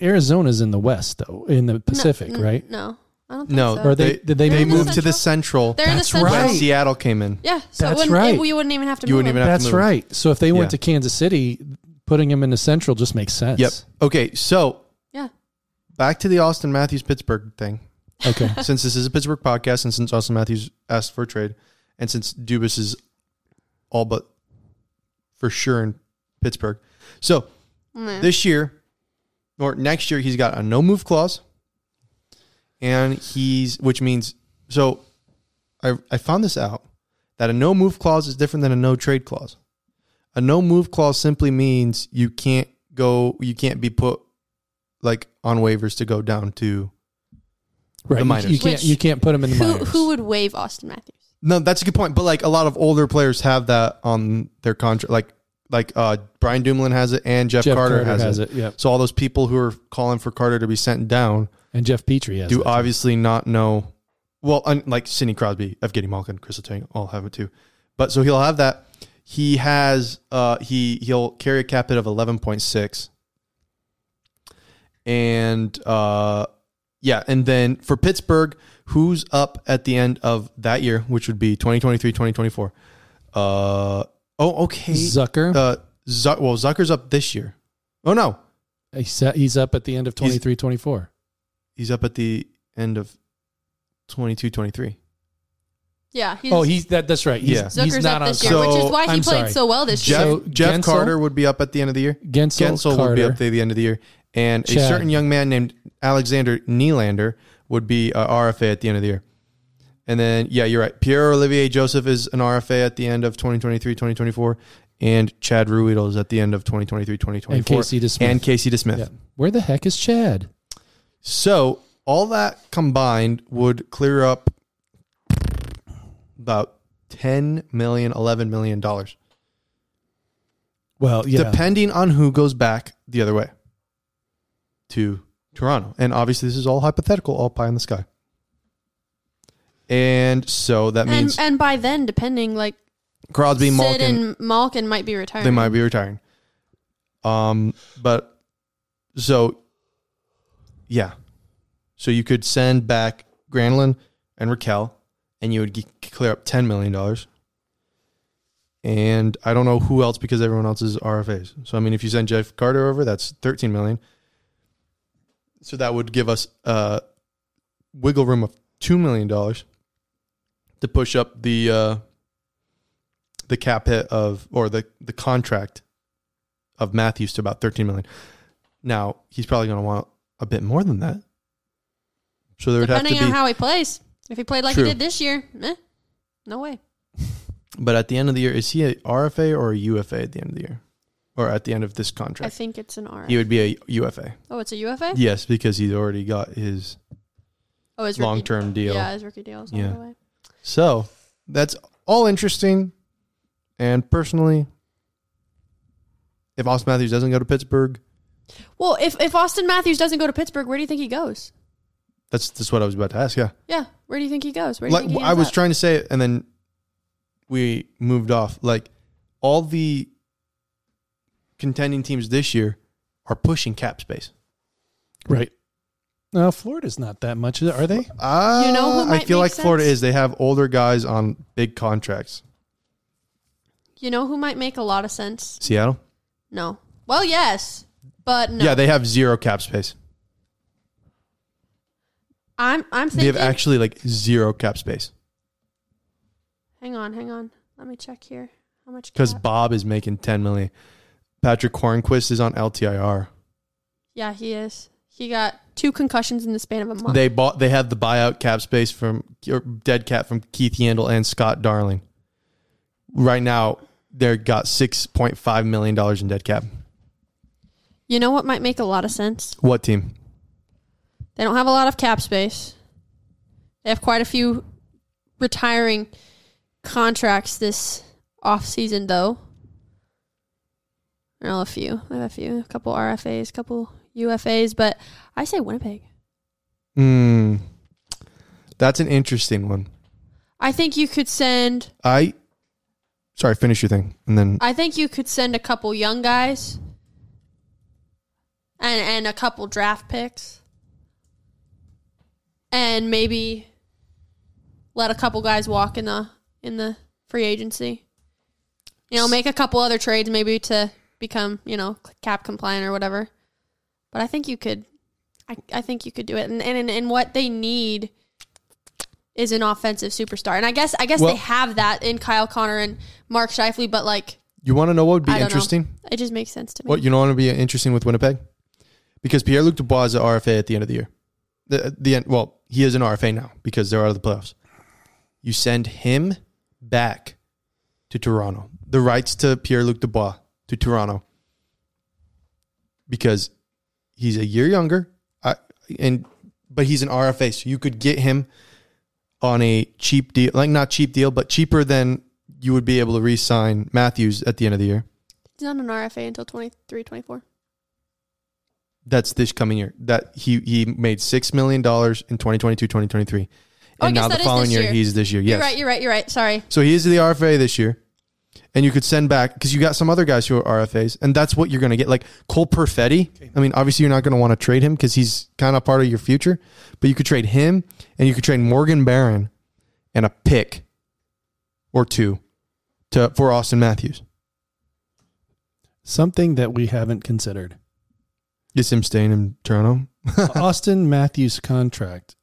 [SPEAKER 2] Arizona's in the West though, in the Pacific,
[SPEAKER 3] N-
[SPEAKER 2] right?
[SPEAKER 3] No, I don't think
[SPEAKER 1] no.
[SPEAKER 3] so.
[SPEAKER 2] Or they- did they
[SPEAKER 1] they
[SPEAKER 3] move
[SPEAKER 1] moved
[SPEAKER 3] to
[SPEAKER 1] to the central?
[SPEAKER 3] They're in the
[SPEAKER 2] That's
[SPEAKER 3] central.
[SPEAKER 1] when
[SPEAKER 2] right.
[SPEAKER 1] Seattle came in.
[SPEAKER 3] Yeah, so
[SPEAKER 2] That's
[SPEAKER 3] it wouldn't,
[SPEAKER 2] right.
[SPEAKER 3] It, you wouldn't even have to.
[SPEAKER 1] You
[SPEAKER 3] move
[SPEAKER 1] wouldn't
[SPEAKER 3] him.
[SPEAKER 1] even have to
[SPEAKER 2] That's
[SPEAKER 1] move.
[SPEAKER 2] right. So if they
[SPEAKER 1] Yeah.
[SPEAKER 2] went to Kansas City, putting him in the Central just makes sense.
[SPEAKER 1] Yep. Okay, so
[SPEAKER 3] Yeah,
[SPEAKER 1] back to the Austin Matthews Pittsburgh thing.
[SPEAKER 2] Okay.
[SPEAKER 1] since this is a Pittsburgh podcast, and since Austin Matthews asked for a trade, and since Dubas is all but for sure in Pittsburgh, so
[SPEAKER 3] Mm.
[SPEAKER 1] this year or next year he's got a no move clause, and he's which means so. I I found this out that a no move clause is different than a no trade clause. A no move clause simply means you can't go, you can't be put like on waivers to go down to
[SPEAKER 2] Right.
[SPEAKER 1] The
[SPEAKER 2] You-
[SPEAKER 1] minors.
[SPEAKER 2] You, can't
[SPEAKER 3] Which-
[SPEAKER 2] you can't put him in the
[SPEAKER 3] who
[SPEAKER 2] minors.
[SPEAKER 3] who would waive Austin Matthews?
[SPEAKER 1] No, that's a good point. But like a lot of older players have that on their contract. Like like uh, Brian Dumoulin has it, and Jeff,
[SPEAKER 2] Jeff
[SPEAKER 1] Carter, has, it.
[SPEAKER 2] Yep.
[SPEAKER 1] So all those people who are calling for Carter to be sent down
[SPEAKER 2] And Jeff Petrie has
[SPEAKER 1] do
[SPEAKER 2] it.
[SPEAKER 1] obviously not know. Well, un- like Sidney Crosby, Evgeny Malkin, Crystal Tang, all have it too. But so he'll have that. He has uh he he'll carry a cap hit of eleven point six. And uh yeah, and then for Pittsburgh, who's up at the end of that year, which would be 2023, 2024. Uh oh, okay.
[SPEAKER 2] Zucker.
[SPEAKER 1] uh Zuck, well, Zucker's up this year. Oh no.
[SPEAKER 2] he's, he's up at the end of 23 24.
[SPEAKER 1] He's up at the end of 22, 23.
[SPEAKER 3] Yeah. He's,
[SPEAKER 2] Oh, he's that. That's right. He's,
[SPEAKER 1] Yeah.
[SPEAKER 3] Zucker's
[SPEAKER 2] he's not
[SPEAKER 3] up
[SPEAKER 2] on.
[SPEAKER 3] this year, which is
[SPEAKER 1] So,
[SPEAKER 3] why he
[SPEAKER 2] I'm
[SPEAKER 3] played
[SPEAKER 2] sorry.
[SPEAKER 3] so well this
[SPEAKER 1] Jeff
[SPEAKER 3] year.
[SPEAKER 2] So,
[SPEAKER 1] Jeff
[SPEAKER 2] Gensel?
[SPEAKER 1] Carter would be up at the end of the year.
[SPEAKER 2] Gensel,
[SPEAKER 1] Gensel
[SPEAKER 2] Carter.
[SPEAKER 1] would be up to the end of the year, and a
[SPEAKER 2] Chad.
[SPEAKER 1] certain young man named Alexander Nylander would be uh, a RFA at the end of the year. And then, yeah, you're right. Pierre Olivier Joseph is an RFA at the end of 2023 2024, and Chad Ruedel is at the end of 2023 2024.
[SPEAKER 2] And Casey DeSmith.
[SPEAKER 1] And Casey DeSmith.
[SPEAKER 2] Yeah. Where the heck is Chad?
[SPEAKER 1] So, all that combined would clear up about 10 million, 11 million dollars,
[SPEAKER 2] Well, yeah.
[SPEAKER 1] depending on who goes back the other way to Toronto. And obviously, this is all hypothetical, all pie in the sky. And so that
[SPEAKER 3] And,
[SPEAKER 1] means
[SPEAKER 3] and by then, depending, like,
[SPEAKER 1] Crosby,
[SPEAKER 3] Sid
[SPEAKER 1] Malkin,
[SPEAKER 3] and Malkin might be retiring.
[SPEAKER 1] they might be retiring. Um, but so yeah, so you could send back Granlund and Raquel, and you would g- clear up ten million dollars. And I don't know who else because everyone else is RFAs. So I mean, if you send Jeff Carter over, that's thirteen million. So that would give us uh, wiggle room of two million dollars to push up the uh, the cap hit of or the the contract of Matthews to about 13 million. Now, he's probably going to want a bit more than that. So there would have to
[SPEAKER 3] depending
[SPEAKER 1] be
[SPEAKER 3] on how he plays. If he played like
[SPEAKER 1] True.
[SPEAKER 3] he did this year, eh, no way.
[SPEAKER 1] but at the end of the year is he a RFA or a UFA at the end of the year? Or at the end of this
[SPEAKER 3] I
[SPEAKER 1] contract?
[SPEAKER 3] think it's an R.
[SPEAKER 1] He would be a UFA.
[SPEAKER 3] oh, it's a UFA.
[SPEAKER 1] Yes, because he's already got his
[SPEAKER 3] Oh, his rookie-
[SPEAKER 1] long-term deal.
[SPEAKER 3] Yeah, his rookie deal is all
[SPEAKER 1] Yeah.
[SPEAKER 3] the way.
[SPEAKER 1] So that's all interesting. And personally, if Austin Matthews doesn't go to Pittsburgh,
[SPEAKER 3] Well, if if Austin Matthews doesn't go to Pittsburgh, where do you think he goes?
[SPEAKER 1] that's that's what I was about to ask. Yeah,
[SPEAKER 3] Yeah, where do you think he goes? Where do you
[SPEAKER 1] like
[SPEAKER 3] think he
[SPEAKER 1] I
[SPEAKER 3] ends
[SPEAKER 1] was
[SPEAKER 3] up?
[SPEAKER 1] trying to say, it, and then we moved off. Like all the contending teams this year are pushing cap space.
[SPEAKER 2] right. No, Florida's not that much. Are they?
[SPEAKER 1] Uh,
[SPEAKER 3] You know who
[SPEAKER 1] I
[SPEAKER 3] might
[SPEAKER 1] feel like
[SPEAKER 3] make
[SPEAKER 1] Florida
[SPEAKER 3] sense?
[SPEAKER 1] is. They have older guys on big contracts.
[SPEAKER 3] You know who might make a lot of sense?
[SPEAKER 1] Seattle?
[SPEAKER 3] No. Well, yes, but no.
[SPEAKER 1] Yeah, they have zero cap space.
[SPEAKER 3] I'm I'm
[SPEAKER 1] They
[SPEAKER 3] thinking.
[SPEAKER 1] have actually like zero cap space
[SPEAKER 3] hang on, hang on. Let me check here. How much?
[SPEAKER 1] because
[SPEAKER 3] cap-
[SPEAKER 1] Bob is making 10 million. Patrick Hornquist is on LTIR.
[SPEAKER 3] yeah, he is. He got two concussions in the span of a month.
[SPEAKER 1] They bought. They have the buyout cap space from or dead cap from Keith Yandel and Scott Darling. Right now, they're got six point five million dollars in dead cap.
[SPEAKER 3] you know what might make a lot of sense?
[SPEAKER 1] What team?
[SPEAKER 3] They don't have a lot of cap space. They have quite a few retiring contracts this offseason, though. Well, a few. I have a few. A couple RFAs, a couple UFAs, but I say Winnipeg.
[SPEAKER 1] Hmm. That's an interesting one.
[SPEAKER 3] I think you could send.
[SPEAKER 1] I. Sorry, finish your thing, and then
[SPEAKER 3] I think you could send a couple young guys, and and a couple draft picks, and maybe let a couple guys walk in the in the free agency. You know, make a couple other trades maybe to become you know cap compliant or whatever. But I think you could, I, I think you could do it. And and and what they need is an offensive superstar. And I guess I guess
[SPEAKER 1] Well-
[SPEAKER 3] they have that in Kyle Connor and Mark Shifley. But like,
[SPEAKER 1] you want to know what would be
[SPEAKER 3] I don't know.
[SPEAKER 1] interesting?
[SPEAKER 3] it just makes sense to me.
[SPEAKER 1] What you know what would be interesting with Winnipeg? Because Pierre Luc Dubois is an RFA at the end of the year. The uh, the end. Well, he is an RFA now because they're out of the playoffs. You send him back to Toronto. The rights to Pierre Luc Dubois to Toronto because he's a year younger. I, and but he's an RFA, so you could get him on a cheap deal, like not cheap deal, but cheaper than you would be able to re-sign Matthews at the end of the year.
[SPEAKER 3] He's not an RFA until 23, 24.
[SPEAKER 1] That's this coming year. That he he made six million dollars in 2022, 2023. and
[SPEAKER 3] Oh, I guess
[SPEAKER 1] now
[SPEAKER 3] that
[SPEAKER 1] the
[SPEAKER 3] is
[SPEAKER 1] following
[SPEAKER 3] this
[SPEAKER 1] year,
[SPEAKER 3] year.
[SPEAKER 1] he's this year. Yes,
[SPEAKER 3] You're right. You're right. You're right. Sorry.
[SPEAKER 1] so he is the RFA this year, and you could send back because you got some other guys who are RFAs, and that's what you're going to get. Like Cole Perfetti. I mean, obviously you're not going to want to trade him because he's kind of part of your future, but you could trade him, and you could trade Morgan Barron, and a pick, or two, to for Austin Matthews.
[SPEAKER 2] Something that we haven't considered.
[SPEAKER 1] Is him staying in Toronto?
[SPEAKER 2] Austin Matthews' contract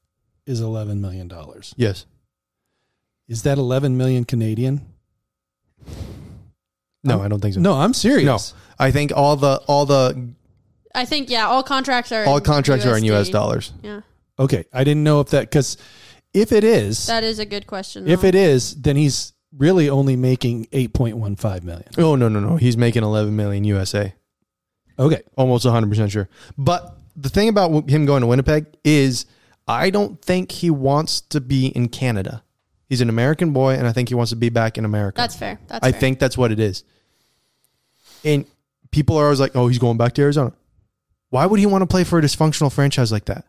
[SPEAKER 2] is eleven million dollars.
[SPEAKER 1] Yes.
[SPEAKER 2] Is that 11 million Canadian?
[SPEAKER 1] No, I don't think so.
[SPEAKER 2] No, I'm serious.
[SPEAKER 1] I think all the all the
[SPEAKER 3] I think yeah, all contracts are
[SPEAKER 1] all contracts are in U.S. dollars.
[SPEAKER 3] Yeah,
[SPEAKER 2] Okay, I didn't know if that because if it is,
[SPEAKER 3] that is a good question.
[SPEAKER 2] if
[SPEAKER 3] though.
[SPEAKER 2] it is, then he's really only making 8.15 million.
[SPEAKER 1] Oh no no no, he's making 11 million USA.
[SPEAKER 2] Okay,
[SPEAKER 1] almost 100% sure. But the thing about w- him going to Winnipeg is I don't think he wants to be in Canada. He's an American boy, and I think he wants to be back in America.
[SPEAKER 3] that's fair. That's
[SPEAKER 1] I
[SPEAKER 3] fair.
[SPEAKER 1] think that's what it is. And people are always like, oh, he's going back to Arizona. Why would he want to play for a dysfunctional franchise like that?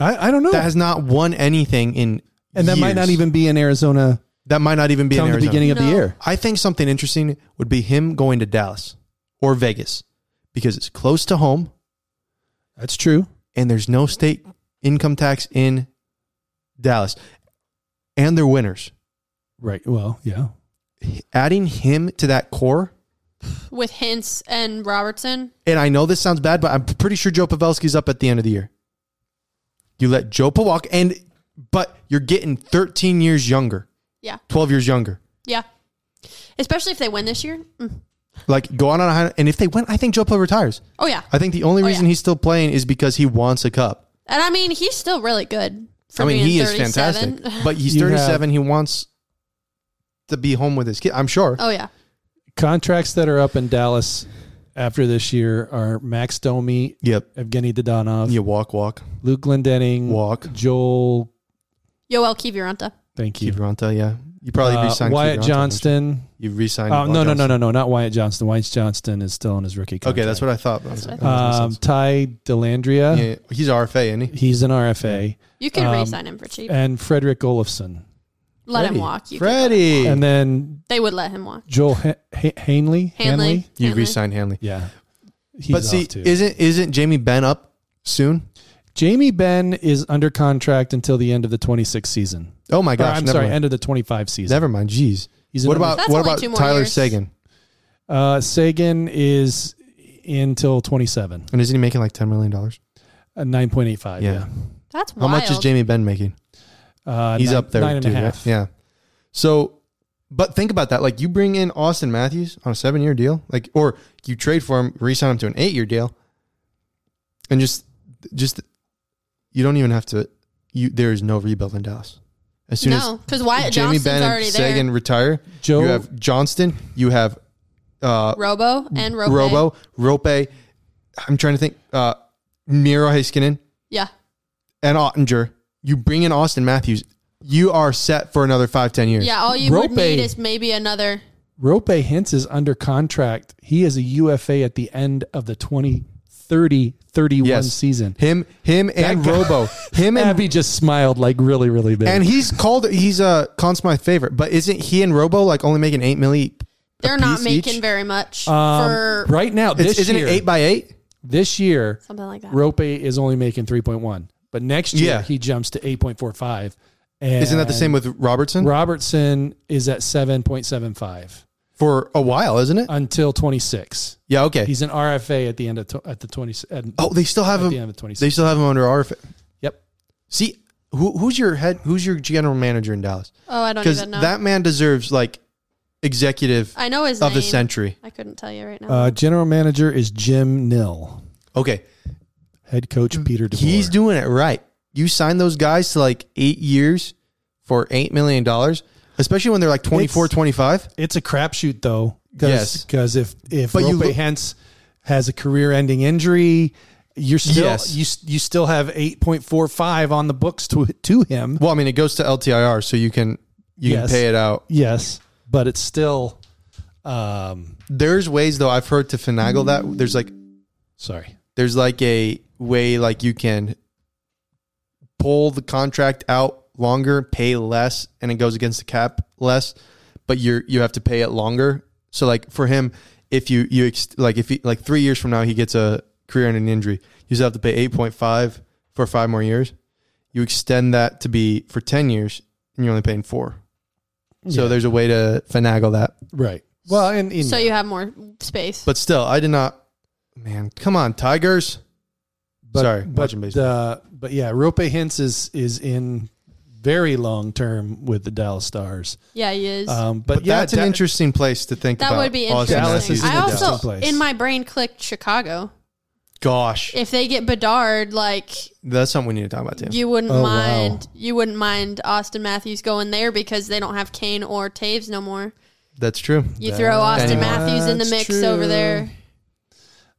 [SPEAKER 2] I, I don't know,
[SPEAKER 1] That has not won anything in
[SPEAKER 2] and that might
[SPEAKER 1] years.
[SPEAKER 2] not even be in Arizona
[SPEAKER 1] that might not even be in
[SPEAKER 2] from the
[SPEAKER 1] Arizona.
[SPEAKER 2] beginning of the
[SPEAKER 3] No.
[SPEAKER 2] year.
[SPEAKER 1] I think something interesting would be him going to Dallas or Vegas because it's close to home.
[SPEAKER 2] That's true.
[SPEAKER 1] and there's no state income tax in Dallas. And they're winners.
[SPEAKER 2] Right. Well, yeah.
[SPEAKER 1] Adding him to that core,
[SPEAKER 3] with Hints and Robertson,
[SPEAKER 1] and I know this sounds bad, but I'm pretty sure Joe Pavelski's up at the end of the year. You let Joe Pawalk and but you're getting 13 years younger,
[SPEAKER 3] yeah,
[SPEAKER 1] 12 years younger.
[SPEAKER 3] yeah. Especially if they win this year. Mm.
[SPEAKER 1] Like go on on a high, and if they win, I think Joe Pavel retires.
[SPEAKER 3] Oh yeah,
[SPEAKER 1] I think the only
[SPEAKER 3] Oh,
[SPEAKER 1] reason
[SPEAKER 3] yeah.
[SPEAKER 1] he's still playing is because he wants a cup.
[SPEAKER 3] and I mean he's still really good. For
[SPEAKER 1] I mean,
[SPEAKER 3] being
[SPEAKER 1] he is
[SPEAKER 3] 37.
[SPEAKER 1] fantastic, but he's
[SPEAKER 2] You have-
[SPEAKER 1] 37. He wants to be home with his kid. I'm sure.
[SPEAKER 3] oh yeah,
[SPEAKER 2] Contracts that are up in Dallas after this year are Max Domi,
[SPEAKER 1] Yep.
[SPEAKER 2] Evgeny Dodonov,
[SPEAKER 1] You walk, walk,
[SPEAKER 2] Luke Glendening,
[SPEAKER 1] walk.
[SPEAKER 2] Joel.
[SPEAKER 3] Yoel Kiviranta.
[SPEAKER 2] Thank you.
[SPEAKER 1] Kiviranta, yeah. You probably
[SPEAKER 2] Uh,
[SPEAKER 1] resigned
[SPEAKER 2] Wyatt
[SPEAKER 1] Kiviranta, don't
[SPEAKER 2] Johnston.
[SPEAKER 1] You You resigned.
[SPEAKER 2] Oh,
[SPEAKER 1] Wyatt
[SPEAKER 2] no, no, no,
[SPEAKER 1] Johnston.
[SPEAKER 2] no, no, not Wyatt Johnston. Wyatt Johnston is still on his rookie contract.
[SPEAKER 1] Okay, that's what I thought. I was like,
[SPEAKER 3] That's what
[SPEAKER 1] oh, this
[SPEAKER 2] Um,
[SPEAKER 1] makes
[SPEAKER 2] Ty Delandria,
[SPEAKER 1] sense. yeah, he's RFA, isn't he?
[SPEAKER 2] he's an RFA,
[SPEAKER 3] You can
[SPEAKER 2] Um,
[SPEAKER 3] re-sign him for cheap.
[SPEAKER 2] and Frederick Olafson,
[SPEAKER 3] Let
[SPEAKER 1] eh, Freddie.
[SPEAKER 3] him walk. You could-
[SPEAKER 1] Freddie.
[SPEAKER 2] and then
[SPEAKER 3] they would let him walk.
[SPEAKER 2] Joel ha- ha- Hanley.
[SPEAKER 3] Hanley.
[SPEAKER 1] you
[SPEAKER 3] Hanley.
[SPEAKER 1] resigned Hanley.
[SPEAKER 2] yeah, he's
[SPEAKER 1] But see,
[SPEAKER 2] off too.
[SPEAKER 1] isn't isn't Jamie Ben up soon?
[SPEAKER 2] Jamie Ben is under contract until the end of the 26 season.
[SPEAKER 1] Oh my
[SPEAKER 2] Or,
[SPEAKER 1] gosh!
[SPEAKER 2] I'm
[SPEAKER 1] never
[SPEAKER 2] sorry,
[SPEAKER 1] mind.
[SPEAKER 2] end of the 25 season.
[SPEAKER 1] never mind. Jeez.
[SPEAKER 2] He's
[SPEAKER 1] What
[SPEAKER 2] another-
[SPEAKER 1] about
[SPEAKER 3] That's
[SPEAKER 1] what
[SPEAKER 3] only
[SPEAKER 1] about
[SPEAKER 3] two more
[SPEAKER 1] Tyler
[SPEAKER 3] years.
[SPEAKER 1] Sagan?
[SPEAKER 2] uh, Sagan is until 27,
[SPEAKER 1] And isn't he making like ten million dollars?
[SPEAKER 2] uh, 9.85. Yeah,
[SPEAKER 1] Yeah.
[SPEAKER 3] That's
[SPEAKER 1] How
[SPEAKER 3] wild.
[SPEAKER 1] much is Jamie Ben making?
[SPEAKER 2] Uh,
[SPEAKER 1] He's
[SPEAKER 2] nine-
[SPEAKER 1] up there.
[SPEAKER 2] nine and a
[SPEAKER 1] too, right?
[SPEAKER 2] half.
[SPEAKER 1] Yeah. So, but think about that. Like you bring in Austin Matthews on a seven-year deal, like, or you trade for him, re-sign him to an eight-year deal, and just, just, you don't even have to. You there is no rebuild in Dallas. As soon
[SPEAKER 3] No, because Wyatt
[SPEAKER 1] as Jamie
[SPEAKER 3] Johnston's
[SPEAKER 1] Ben and
[SPEAKER 3] already
[SPEAKER 1] Sagan
[SPEAKER 3] there.
[SPEAKER 1] retire,
[SPEAKER 2] Joe-
[SPEAKER 1] you have Johnston, you have uh,
[SPEAKER 3] Robo and Robo.
[SPEAKER 1] Robo, Rope. I'm trying to think. Uh, Miro Heiskanen
[SPEAKER 3] Yeah.
[SPEAKER 1] and Ottinger. You bring in Austin Matthews. You are set for another five, ten years.
[SPEAKER 3] Yeah, all you
[SPEAKER 2] Rope.
[SPEAKER 3] would need is maybe another.
[SPEAKER 2] Rope Hintz is under contract. He is a UFA at the end of the 2030 31
[SPEAKER 1] Yes.
[SPEAKER 2] season.
[SPEAKER 1] Him, him, and
[SPEAKER 2] guy-
[SPEAKER 1] Robo. Him and
[SPEAKER 2] Abby just smiled like really, really big.
[SPEAKER 1] and he's called. He's a Conn Smythe favorite, but isn't he and Robo like only making eight milli?
[SPEAKER 3] They're not
[SPEAKER 1] piece
[SPEAKER 3] making
[SPEAKER 1] each?
[SPEAKER 3] very much
[SPEAKER 2] Um,
[SPEAKER 3] for
[SPEAKER 2] right now,
[SPEAKER 1] It's,
[SPEAKER 2] this
[SPEAKER 1] isn't
[SPEAKER 2] year,
[SPEAKER 1] it eight by eight?
[SPEAKER 2] this year,
[SPEAKER 3] something like that.
[SPEAKER 2] Rope is only making 3.1. But next year,
[SPEAKER 1] Yeah.
[SPEAKER 2] he jumps to 8.45. And
[SPEAKER 1] Isn't that the same with Robertson
[SPEAKER 2] Robertson is at 7.75
[SPEAKER 1] for a while? Isn't it?
[SPEAKER 2] until 26.
[SPEAKER 1] Yeah. Okay.
[SPEAKER 2] Uh, He's an RFA at the end of tw- at the 20 at,
[SPEAKER 1] oh, they still have
[SPEAKER 2] at the end
[SPEAKER 1] him.
[SPEAKER 2] of 26.
[SPEAKER 1] They still have him under our. fa-
[SPEAKER 2] yep.
[SPEAKER 1] See, who, who's your head? Who's your general manager in Dallas?
[SPEAKER 3] Oh, I don't
[SPEAKER 1] Because
[SPEAKER 3] even know.
[SPEAKER 1] that man deserves like executive
[SPEAKER 3] I know his
[SPEAKER 1] of the
[SPEAKER 3] name.
[SPEAKER 1] century.
[SPEAKER 3] I couldn't tell you right now.
[SPEAKER 2] Uh, general manager is Jim Nill.
[SPEAKER 1] Okay,
[SPEAKER 2] Head coach Peter DeBoer.
[SPEAKER 1] he's doing it right. You sign those guys to like eight years for eight million dollars, especially when they're like 24,
[SPEAKER 2] It's-
[SPEAKER 1] 25.
[SPEAKER 2] it's a crapshoot though. Cause,
[SPEAKER 1] Yes.
[SPEAKER 2] 'cause if if
[SPEAKER 1] But
[SPEAKER 2] Rope
[SPEAKER 1] you look-
[SPEAKER 2] Hence has a career-ending injury, you're still
[SPEAKER 1] Yes.
[SPEAKER 2] you s- you still have eight point four five on the books to to him.
[SPEAKER 1] Well, I mean, it goes to LTIR, so you can you can
[SPEAKER 2] Yes.
[SPEAKER 1] pay it out.
[SPEAKER 2] Yes, but it's still. Um,
[SPEAKER 1] There's ways though I've heard to finagle that. There's like
[SPEAKER 2] sorry.
[SPEAKER 1] there's like a way like you can pull the contract out longer, pay less, and it goes against the cap less, but you're you have to pay it longer. So like for him, if you you ex- like if he like three years from now he gets a career and an injury, you still have to pay eight point five for five more years. You extend that to be for ten years, and you're only paying four. So
[SPEAKER 2] Yeah.
[SPEAKER 1] there's a way to finagle that.
[SPEAKER 2] Right. Well, and, and
[SPEAKER 3] so you have more space.
[SPEAKER 1] But still, I did not. Man, come on, Tigers.
[SPEAKER 2] but,
[SPEAKER 1] Sorry,
[SPEAKER 2] but,
[SPEAKER 1] watching baseball.
[SPEAKER 2] uh, but yeah, Rope Hintz is is in very long term with the Dallas Stars.
[SPEAKER 3] Yeah, he is.
[SPEAKER 2] Um, but,
[SPEAKER 1] But,
[SPEAKER 2] yeah,
[SPEAKER 1] that's an
[SPEAKER 2] Da-
[SPEAKER 1] interesting place to think
[SPEAKER 3] that
[SPEAKER 1] uh, about.
[SPEAKER 3] would be
[SPEAKER 1] Austin
[SPEAKER 3] interesting.
[SPEAKER 2] Dallas is an
[SPEAKER 3] I
[SPEAKER 2] interesting
[SPEAKER 3] also,
[SPEAKER 2] place.
[SPEAKER 3] in my brain, clicked Chicago.
[SPEAKER 1] Gosh,
[SPEAKER 3] If they get Bedard, like
[SPEAKER 1] that's something we need to talk about too.
[SPEAKER 3] you wouldn't
[SPEAKER 2] Oh, wow.
[SPEAKER 3] mind, you wouldn't mind Austin Matthews going there because they don't have Kane or Taves no more.
[SPEAKER 1] that's true.
[SPEAKER 3] You throw Austin
[SPEAKER 1] Anyway.
[SPEAKER 3] Matthews in the mix
[SPEAKER 2] That's true.
[SPEAKER 3] over there.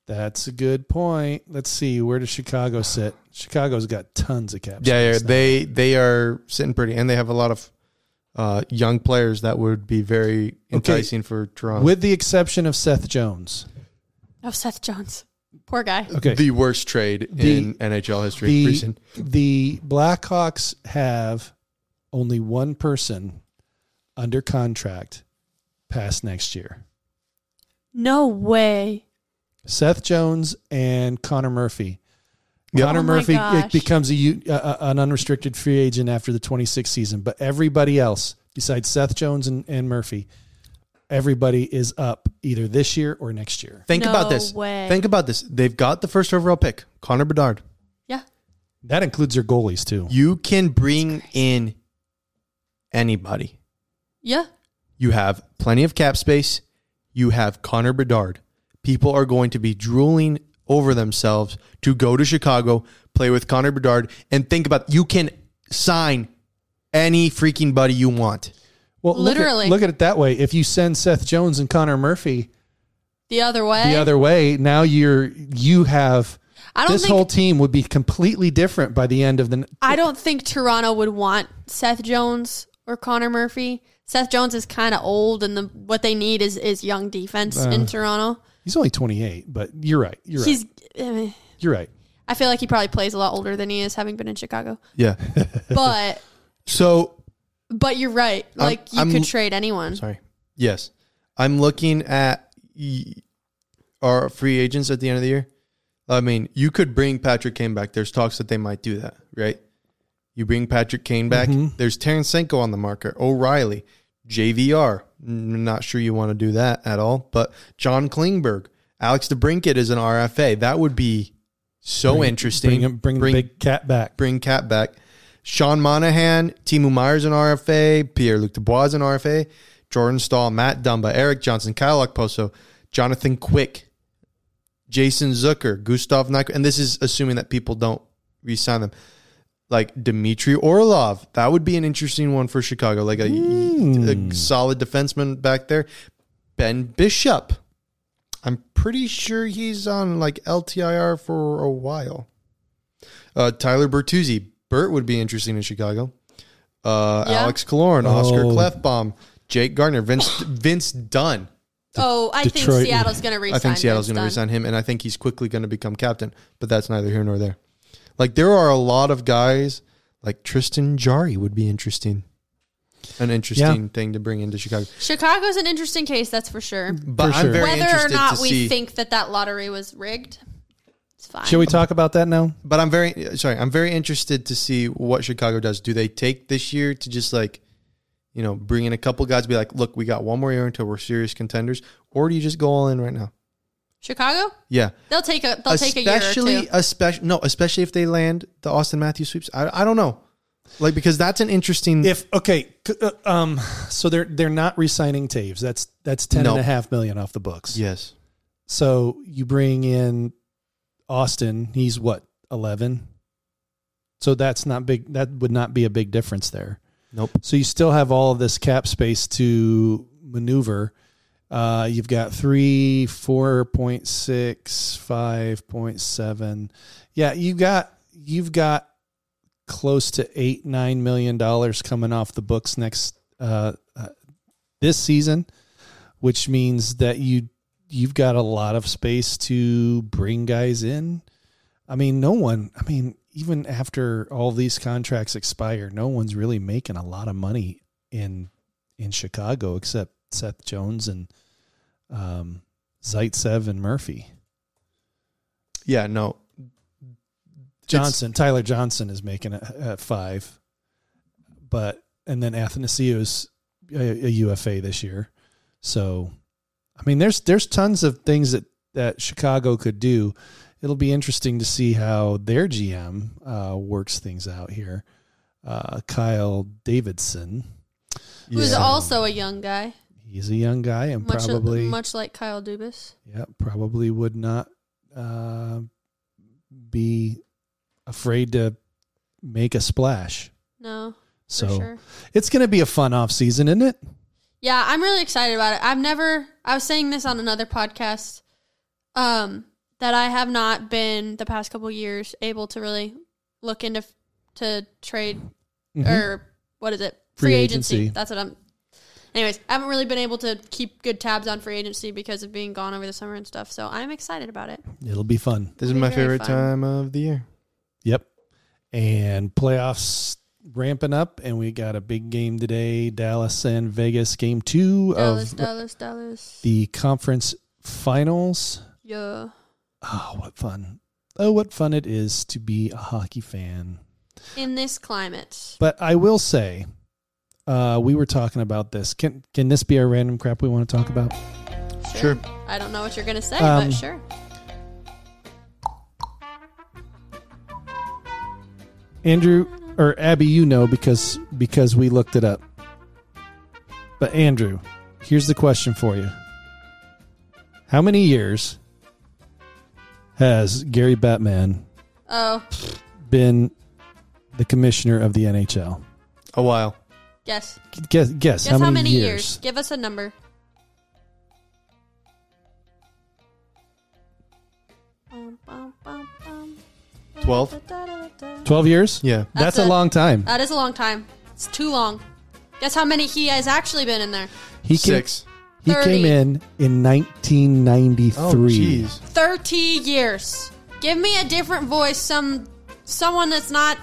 [SPEAKER 2] That's a good point. Let's see. Where does Chicago sit? Chicago's got tons of caps.
[SPEAKER 1] Yeah, yeah, they they are sitting pretty, and they have a lot of uh, young players that would be very enticing for Toronto.
[SPEAKER 2] with the exception of Seth Jones.
[SPEAKER 3] Oh, Seth Jones, poor guy.
[SPEAKER 2] Okay.
[SPEAKER 1] the worst trade
[SPEAKER 2] The-
[SPEAKER 1] in NHL history.
[SPEAKER 2] the-
[SPEAKER 1] recent.
[SPEAKER 2] the Blackhawks have only one person under contract past next year.
[SPEAKER 3] No way.
[SPEAKER 2] Seth Jones and Connor Murphy. Connor
[SPEAKER 3] Oh my
[SPEAKER 2] Murphy
[SPEAKER 3] gosh.
[SPEAKER 2] it becomes a, u- a- a- an unrestricted free agent after the 26th season, but everybody else besides Seth Jones and, and Murphy, everybody is up either this year or next year.
[SPEAKER 1] Think
[SPEAKER 3] No
[SPEAKER 1] about this.
[SPEAKER 3] way.
[SPEAKER 1] Think about this. They've got the first overall pick, Connor Bedard.
[SPEAKER 3] Yeah,
[SPEAKER 2] That includes your goalies too.
[SPEAKER 1] You can bring in anybody.
[SPEAKER 3] yeah.
[SPEAKER 1] You have plenty of cap space. You have Connor Bedard. People are going to be drooling over themselves to go to Chicago, play with Connor Bedard, and think about you can sign any freaking buddy you want.
[SPEAKER 2] Well, look at-
[SPEAKER 3] Literally.
[SPEAKER 2] look at it that way. If you send Seth Jones and Connor Murphy
[SPEAKER 3] The other way.
[SPEAKER 2] the other way, now you're you have
[SPEAKER 3] I don't
[SPEAKER 2] this
[SPEAKER 3] think
[SPEAKER 2] whole team would be completely different by the end of the.
[SPEAKER 3] I don't think Toronto would want Seth Jones or Connor Murphy. Seth Jones is kind of old, and the what they need is is young defense in Toronto.
[SPEAKER 2] He's only 28, but you're right. You're right.
[SPEAKER 3] He's. eh,
[SPEAKER 2] You're right.
[SPEAKER 3] I feel like he probably plays a lot older than he is, having been in Chicago.
[SPEAKER 1] Yeah.
[SPEAKER 3] But
[SPEAKER 1] so
[SPEAKER 3] but you're right. Like you
[SPEAKER 1] I'm-
[SPEAKER 3] could trade anyone.
[SPEAKER 1] sorry. Yes, I'm looking at y- our free agents at the end of the year. I mean, you could bring Patrick Kane back. There's talks that they might do that, right? You bring Patrick Kane back.
[SPEAKER 2] Mm-hmm.
[SPEAKER 1] There's Tarasenko on the market. O'Reilly, JVR. N- Not sure you want to do that at all. But John Klingberg, Alex DeBrinket is an RFA. That would be so interesting.
[SPEAKER 2] Bring him, bring, the big cat back.
[SPEAKER 1] bring Cat back. Sean Monahan, Timu Myers an RFA, Pierre Luc Dubois an RFA, Jordan Stahl, Matt Dumba, Eric Johnson, Kyle Poso, Jonathan Quick, Jason Zucker, Gustav Nyquist, and this is assuming that people don't re-sign them. Like Dmitry Orlov, that would be an interesting one for Chicago. Like a, a solid defenseman back there. Ben Bishop, I'm pretty sure he's on like LTIR for a while. Uh, Tyler Bertuzzi. Bert would be interesting in Chicago. Uh,
[SPEAKER 3] Yeah.
[SPEAKER 1] Alex Kalorn, Oscar
[SPEAKER 2] Oh.
[SPEAKER 1] Clefbaum, Jake Gardner, Vince Vince Dunn.
[SPEAKER 3] oh, I
[SPEAKER 2] Detroit-
[SPEAKER 3] think Seattle's going to resign.
[SPEAKER 1] I think Seattle's going
[SPEAKER 3] Vince
[SPEAKER 1] to
[SPEAKER 3] Dunn.
[SPEAKER 1] resign him, and I think he's quickly going to become captain. But that's neither here nor there. Like there are a lot of guys. Like Tristan Jari would be interesting. An interesting thing to bring into Chicago.
[SPEAKER 3] Chicago's an interesting case, that's for sure.
[SPEAKER 1] But
[SPEAKER 2] sure.
[SPEAKER 1] I'm very
[SPEAKER 3] Whether or
[SPEAKER 1] interested
[SPEAKER 3] not
[SPEAKER 1] to
[SPEAKER 3] we
[SPEAKER 1] see.
[SPEAKER 3] think that that lottery was rigged, it's fine.
[SPEAKER 2] Shall we talk about that now?
[SPEAKER 1] but I'm very sorry. I'm very interested to see what Chicago does. Do they take this year to just like, you know, bring in a couple guys, be like, look, we got one more year until we're serious contenders, or do you just go all in right now?
[SPEAKER 3] Chicago?
[SPEAKER 1] Yeah,
[SPEAKER 3] They'll take a they'll take a year or
[SPEAKER 1] especially,
[SPEAKER 3] two.
[SPEAKER 1] especially no, especially if they land the Austin Matthews sweeps. I, I don't know, like because that's an interesting.
[SPEAKER 2] If okay, c- uh, um, so they're they're not re-signing Taves. That's that's ten and
[SPEAKER 1] No.
[SPEAKER 2] a half million off the books.
[SPEAKER 1] yes,
[SPEAKER 2] So you bring in Austin. He's what eleven. So that's not big. That would not be a big difference there.
[SPEAKER 1] nope,
[SPEAKER 2] So you still have all of this cap space to maneuver. Uh, you've got three, four point six, five point seven. Yeah, you've got you've got close to eight, nine million dollars coming off the books next uh, uh, this season, which means that you you've got a lot of space to bring guys in. I mean, no one. I mean, even after all these contracts expire, no one's really making a lot of money in in Chicago except Seth Jones and um, Zaitsev and Murphy.
[SPEAKER 1] yeah, no,
[SPEAKER 2] Johnson, Tyler Johnson is making a, a five, but and then Athanasios a, a UFA this year. So, I mean, there's there's tons of things that that Chicago could do. It'll be interesting to see how their GM uh, works things out here. uh, Kyle Davidson.
[SPEAKER 3] Who's
[SPEAKER 1] Yeah.
[SPEAKER 3] also a young guy,
[SPEAKER 2] He's a young guy and
[SPEAKER 3] much
[SPEAKER 2] probably
[SPEAKER 3] much like Kyle Dubas.
[SPEAKER 2] yeah, probably would not uh, be afraid to make a splash.
[SPEAKER 3] No,
[SPEAKER 2] So
[SPEAKER 3] for sure.
[SPEAKER 2] it's going to be a fun off season, isn't it?
[SPEAKER 3] Yeah, I'm really excited about it. I've never I was saying this on another podcast um that I have not been the past couple years able to really look into f- to trade
[SPEAKER 2] Mhm.
[SPEAKER 3] or what is it?
[SPEAKER 2] Free agency.
[SPEAKER 3] That's what I'm Anyways, I haven't really been able to keep good tabs on free agency because of being gone over the summer and stuff. So I'm excited about it.
[SPEAKER 2] It'll be fun.
[SPEAKER 1] This is
[SPEAKER 3] It'll be
[SPEAKER 1] my
[SPEAKER 3] very
[SPEAKER 1] favorite
[SPEAKER 3] fun.
[SPEAKER 1] time of the year.
[SPEAKER 2] Yep. And playoffs ramping up, and we got a big game today: Dallas and Vegas. Game two
[SPEAKER 3] Dallas,
[SPEAKER 2] of
[SPEAKER 3] Dallas, Dallas.
[SPEAKER 2] the conference finals.
[SPEAKER 3] yeah.
[SPEAKER 2] Oh, what fun! Oh, what fun it is to be a hockey fan.
[SPEAKER 3] In this climate.
[SPEAKER 2] But I will say, uh, we were talking about this. Can can this be our random crap we want to
[SPEAKER 3] Mm.
[SPEAKER 2] talk about?
[SPEAKER 1] Sure.
[SPEAKER 3] I don't know what you're going to say,
[SPEAKER 2] Um,
[SPEAKER 3] but sure.
[SPEAKER 2] Andrew or Abby, you know because because we looked it up. But Andrew, here's the question for you. How many years has Gary Batman
[SPEAKER 3] Oh,
[SPEAKER 2] been the commissioner of the NHL?
[SPEAKER 1] A while.
[SPEAKER 3] yes.
[SPEAKER 2] Guess guess,
[SPEAKER 3] Guess how many, years? Give us a number.
[SPEAKER 1] Twelve?
[SPEAKER 2] Twelve years?
[SPEAKER 1] Yeah.
[SPEAKER 2] That's,
[SPEAKER 3] That's
[SPEAKER 2] a
[SPEAKER 3] a-
[SPEAKER 2] long time.
[SPEAKER 3] That is a long time. It's too long. Guess how many he has actually been in there?
[SPEAKER 2] He came,
[SPEAKER 1] Six.
[SPEAKER 2] he came
[SPEAKER 3] 30.
[SPEAKER 2] in in 1993.
[SPEAKER 1] Oh, jeez.
[SPEAKER 3] Thirty years. Give me a different voice. Some someone that's not.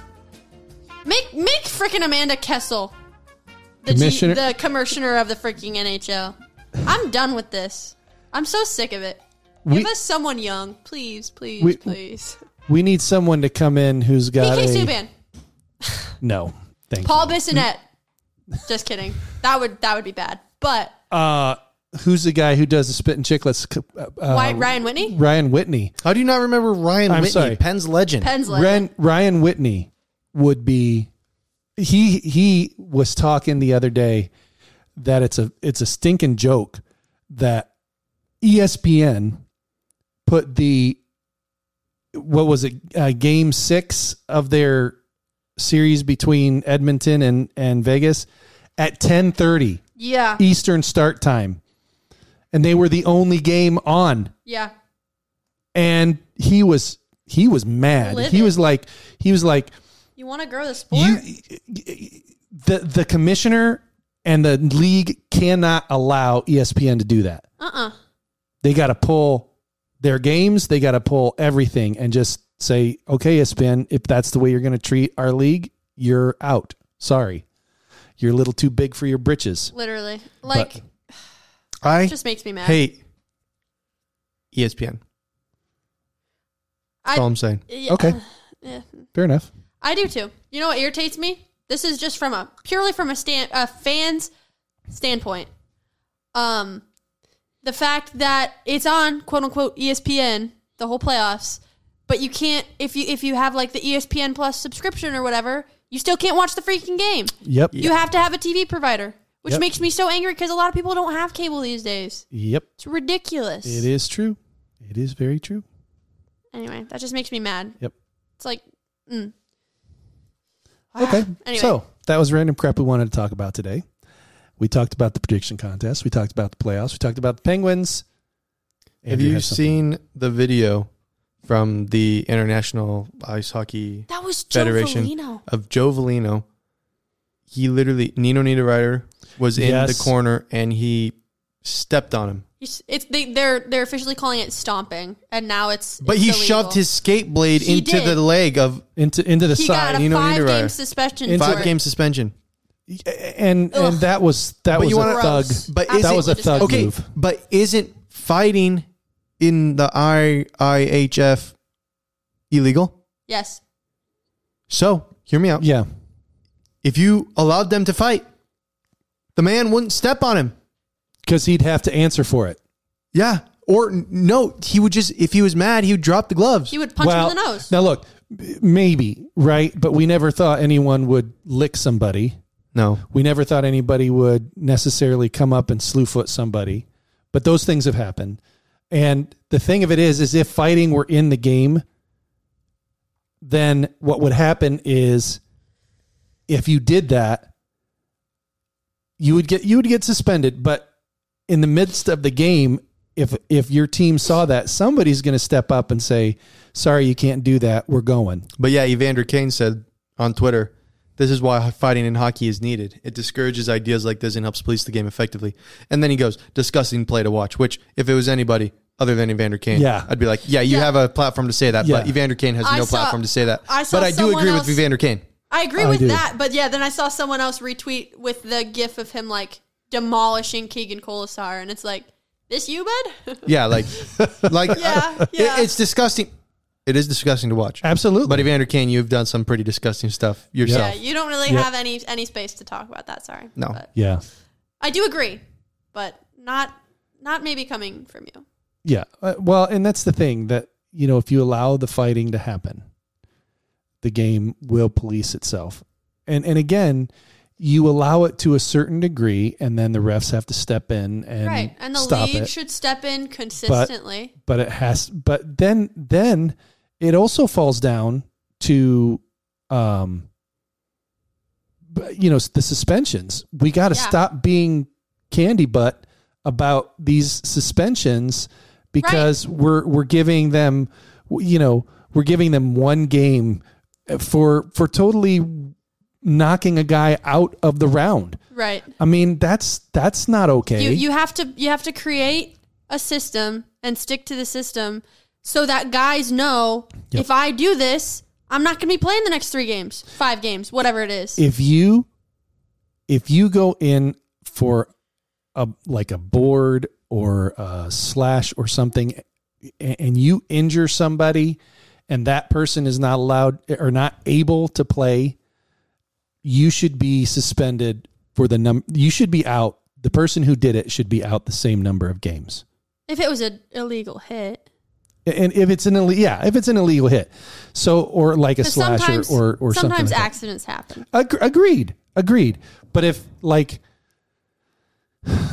[SPEAKER 3] Make make freaking Amanda Kessel. The, G-
[SPEAKER 2] Commissioner-
[SPEAKER 3] the commissioner of the freaking NHL. I'm done with this. I'm so sick of it.
[SPEAKER 2] We,
[SPEAKER 3] Give us someone young, please, please,
[SPEAKER 2] We-
[SPEAKER 3] please.
[SPEAKER 2] we need someone to come in who's got
[SPEAKER 3] PK
[SPEAKER 2] a,
[SPEAKER 3] Subban,
[SPEAKER 2] no. Thank
[SPEAKER 3] Paul Bissonnette. Just kidding. That would that would be bad. But
[SPEAKER 2] uh who's the guy who does the spit and chicklets uh,
[SPEAKER 3] Why Ryan Whitney,
[SPEAKER 2] Ryan Whitney
[SPEAKER 1] How do you not remember Ryan
[SPEAKER 2] I'm
[SPEAKER 1] Whitney,
[SPEAKER 2] sorry.
[SPEAKER 1] Penn's legend?
[SPEAKER 3] Penn's legend.
[SPEAKER 2] Ryan, Ryan Whitney would be he he was talking the other day that it's a it's a stinking joke that E ESPN put the what was it uh, game 6 of their series between Edmonton and and Vegas at 10:30
[SPEAKER 3] yeah,
[SPEAKER 2] Eastern start time. And they were the only game on
[SPEAKER 3] yeah.
[SPEAKER 2] and he was he was mad.
[SPEAKER 3] Livid.
[SPEAKER 2] He was like he was like
[SPEAKER 3] You want to grow the sport?
[SPEAKER 2] you the the commissioner and the league cannot allow E ESPN to do that.
[SPEAKER 3] uh uh
[SPEAKER 2] They got to pull their games, they got to pull everything and just say, "Okay, E ESPN, if that's the way you're going to treat our league, you're out. Sorry. You're a little too big for your britches."
[SPEAKER 3] Literally, like,
[SPEAKER 1] I
[SPEAKER 3] it just makes me mad.
[SPEAKER 1] hate ESPN. That's all
[SPEAKER 3] I,
[SPEAKER 1] I'm saying.
[SPEAKER 3] yeah,
[SPEAKER 2] Okay.
[SPEAKER 3] yeah.
[SPEAKER 2] Fair enough.
[SPEAKER 3] I do too. You know what irritates me? This is just from a purely from a stand a fan's standpoint. Um, the fact that it's on quote unquote E ESPN the whole playoffs, but you can't if you if you have like the E ESPN Plus subscription or whatever, you still can't watch the freaking game.
[SPEAKER 2] Yep.
[SPEAKER 3] You have to have a TV provider, which
[SPEAKER 2] Yep.
[SPEAKER 3] makes me so angry because a lot of people don't have cable these days.
[SPEAKER 2] Yep.
[SPEAKER 3] It's ridiculous.
[SPEAKER 2] It is true. It is very true.
[SPEAKER 3] Anyway, that just makes me mad.
[SPEAKER 2] Yep.
[SPEAKER 3] It's like, mm.
[SPEAKER 2] Okay.
[SPEAKER 3] Ah, Anyway.
[SPEAKER 2] So that was random crap we wanted to talk about today. We talked about the prediction contest. We talked about the playoffs. We talked about the Penguins.
[SPEAKER 1] Have
[SPEAKER 2] Andrew
[SPEAKER 1] you
[SPEAKER 2] has something.
[SPEAKER 1] seen the video from the International Ice Hockey
[SPEAKER 3] that was Joe
[SPEAKER 1] Federation.
[SPEAKER 3] Foligno.
[SPEAKER 1] of Joe Valino? He literally Nino Niederreiter was in
[SPEAKER 2] Yes.
[SPEAKER 1] the corner and he stepped on him.
[SPEAKER 3] You s- It's they, they're they're officially calling it stomping, and now it's.
[SPEAKER 1] But
[SPEAKER 3] it's
[SPEAKER 1] he
[SPEAKER 3] illegal.
[SPEAKER 1] shoved his skate blade
[SPEAKER 3] He
[SPEAKER 1] into
[SPEAKER 3] did.
[SPEAKER 1] the leg of
[SPEAKER 2] into into the
[SPEAKER 3] He
[SPEAKER 2] side?
[SPEAKER 3] got a
[SPEAKER 1] Nino
[SPEAKER 3] five game
[SPEAKER 1] Niederreiter.
[SPEAKER 3] suspension.
[SPEAKER 2] Into
[SPEAKER 3] for
[SPEAKER 1] five
[SPEAKER 3] it.
[SPEAKER 1] game suspension.
[SPEAKER 2] and and
[SPEAKER 3] Ugh.
[SPEAKER 2] that was that
[SPEAKER 1] But
[SPEAKER 2] was
[SPEAKER 1] you
[SPEAKER 2] a
[SPEAKER 1] wanna-
[SPEAKER 2] thug.
[SPEAKER 3] Gross.
[SPEAKER 1] But
[SPEAKER 3] Absolutely
[SPEAKER 1] is
[SPEAKER 2] That was a thug
[SPEAKER 3] disgusting.
[SPEAKER 1] Okay,
[SPEAKER 2] move.
[SPEAKER 1] but isn't fighting in the IIHF illegal?
[SPEAKER 3] Yes.
[SPEAKER 1] So hear me out.
[SPEAKER 2] Yeah.
[SPEAKER 1] If you allowed them to fight, the man wouldn't step on him.
[SPEAKER 2] Because he'd have to answer for it.
[SPEAKER 1] Yeah, Or n- no, he would just if he was mad, he would drop the gloves.
[SPEAKER 3] He would punch
[SPEAKER 2] well,
[SPEAKER 3] him in the nose.
[SPEAKER 2] Now look, maybe right, but we never thought anyone would lick somebody.
[SPEAKER 1] no,
[SPEAKER 2] We never thought anybody would necessarily come up and slew foot somebody, but those things have happened. And the thing of it is, is if fighting were in the game, then what would happen is, if you did that, you would get you would get suspended. But in the midst of the game, if if your team saw that, somebody's going to step up and say, "Sorry, you can't do that. We're going."
[SPEAKER 1] But yeah, Evander Kane said on Twitter, this is why fighting in hockey is needed. It discourages ideas like this and helps police the game effectively. And then he goes, disgusting play to watch, which if it was anybody other than Evander Kane,
[SPEAKER 2] Yeah.
[SPEAKER 1] I'd be like, yeah, you
[SPEAKER 3] Yeah.
[SPEAKER 1] have a platform to say that, but
[SPEAKER 2] Yeah.
[SPEAKER 1] Evander Kane has
[SPEAKER 3] I
[SPEAKER 1] no
[SPEAKER 3] saw-
[SPEAKER 1] platform to say that.
[SPEAKER 3] I saw
[SPEAKER 1] but I do
[SPEAKER 3] someone
[SPEAKER 1] agree
[SPEAKER 3] else-
[SPEAKER 1] with Evander Kane.
[SPEAKER 3] I agree
[SPEAKER 2] I
[SPEAKER 3] with
[SPEAKER 2] do.
[SPEAKER 3] that, but yeah, then I saw someone else retweet with the gif of him like demolishing Keegan Colasar, and it's like, this you, bud?
[SPEAKER 1] Yeah, like, like
[SPEAKER 3] Yeah,
[SPEAKER 1] I- it-
[SPEAKER 3] yeah.
[SPEAKER 1] it's disgusting. It is disgusting to watch.
[SPEAKER 2] Absolutely.
[SPEAKER 1] But Evander Kane, you've done some pretty disgusting stuff
[SPEAKER 3] yeah,
[SPEAKER 1] yourself.
[SPEAKER 3] you don't really
[SPEAKER 2] Yeah.
[SPEAKER 3] have any any space to talk about that. Sorry,
[SPEAKER 1] No.
[SPEAKER 3] But
[SPEAKER 2] yeah.
[SPEAKER 3] I do agree, but not not maybe coming from you.
[SPEAKER 2] Yeah. Uh, well, and that's the thing that, you know, if you allow the fighting to happen, the game will police itself. And and again, you allow it to a certain degree and then the refs have to step in and,
[SPEAKER 3] right, and the
[SPEAKER 2] stop
[SPEAKER 3] league
[SPEAKER 2] it.
[SPEAKER 3] should step in consistently.
[SPEAKER 2] but it has but then then it also falls down to um but, you know the suspensions. We got to
[SPEAKER 3] Yeah.
[SPEAKER 2] stop being candy butt about these suspensions because we're we're giving them you know we're giving them one game for for totally knocking a guy out of the round.
[SPEAKER 3] right,
[SPEAKER 2] I mean that's that's not okay.
[SPEAKER 3] you you have to you have to create a system and stick to the system so that guys know if I do this, I'm not going to be playing the next three games, five games, whatever it is.
[SPEAKER 2] if you if you go in for a like a board or a slash or something a- and you injure somebody and that person is not allowed or not able to play you should be suspended for the num you should be out the person who did it should be out the same number of games
[SPEAKER 3] if it was an illegal hit,
[SPEAKER 2] and if it's an ille- yeah if it's an illegal hit so or like a
[SPEAKER 3] 'Cause
[SPEAKER 2] slash or
[SPEAKER 3] sometimes
[SPEAKER 2] or, or something
[SPEAKER 3] sometimes
[SPEAKER 2] like that.
[SPEAKER 3] accidents happen.
[SPEAKER 2] Ag- agreed. Agreed. But if like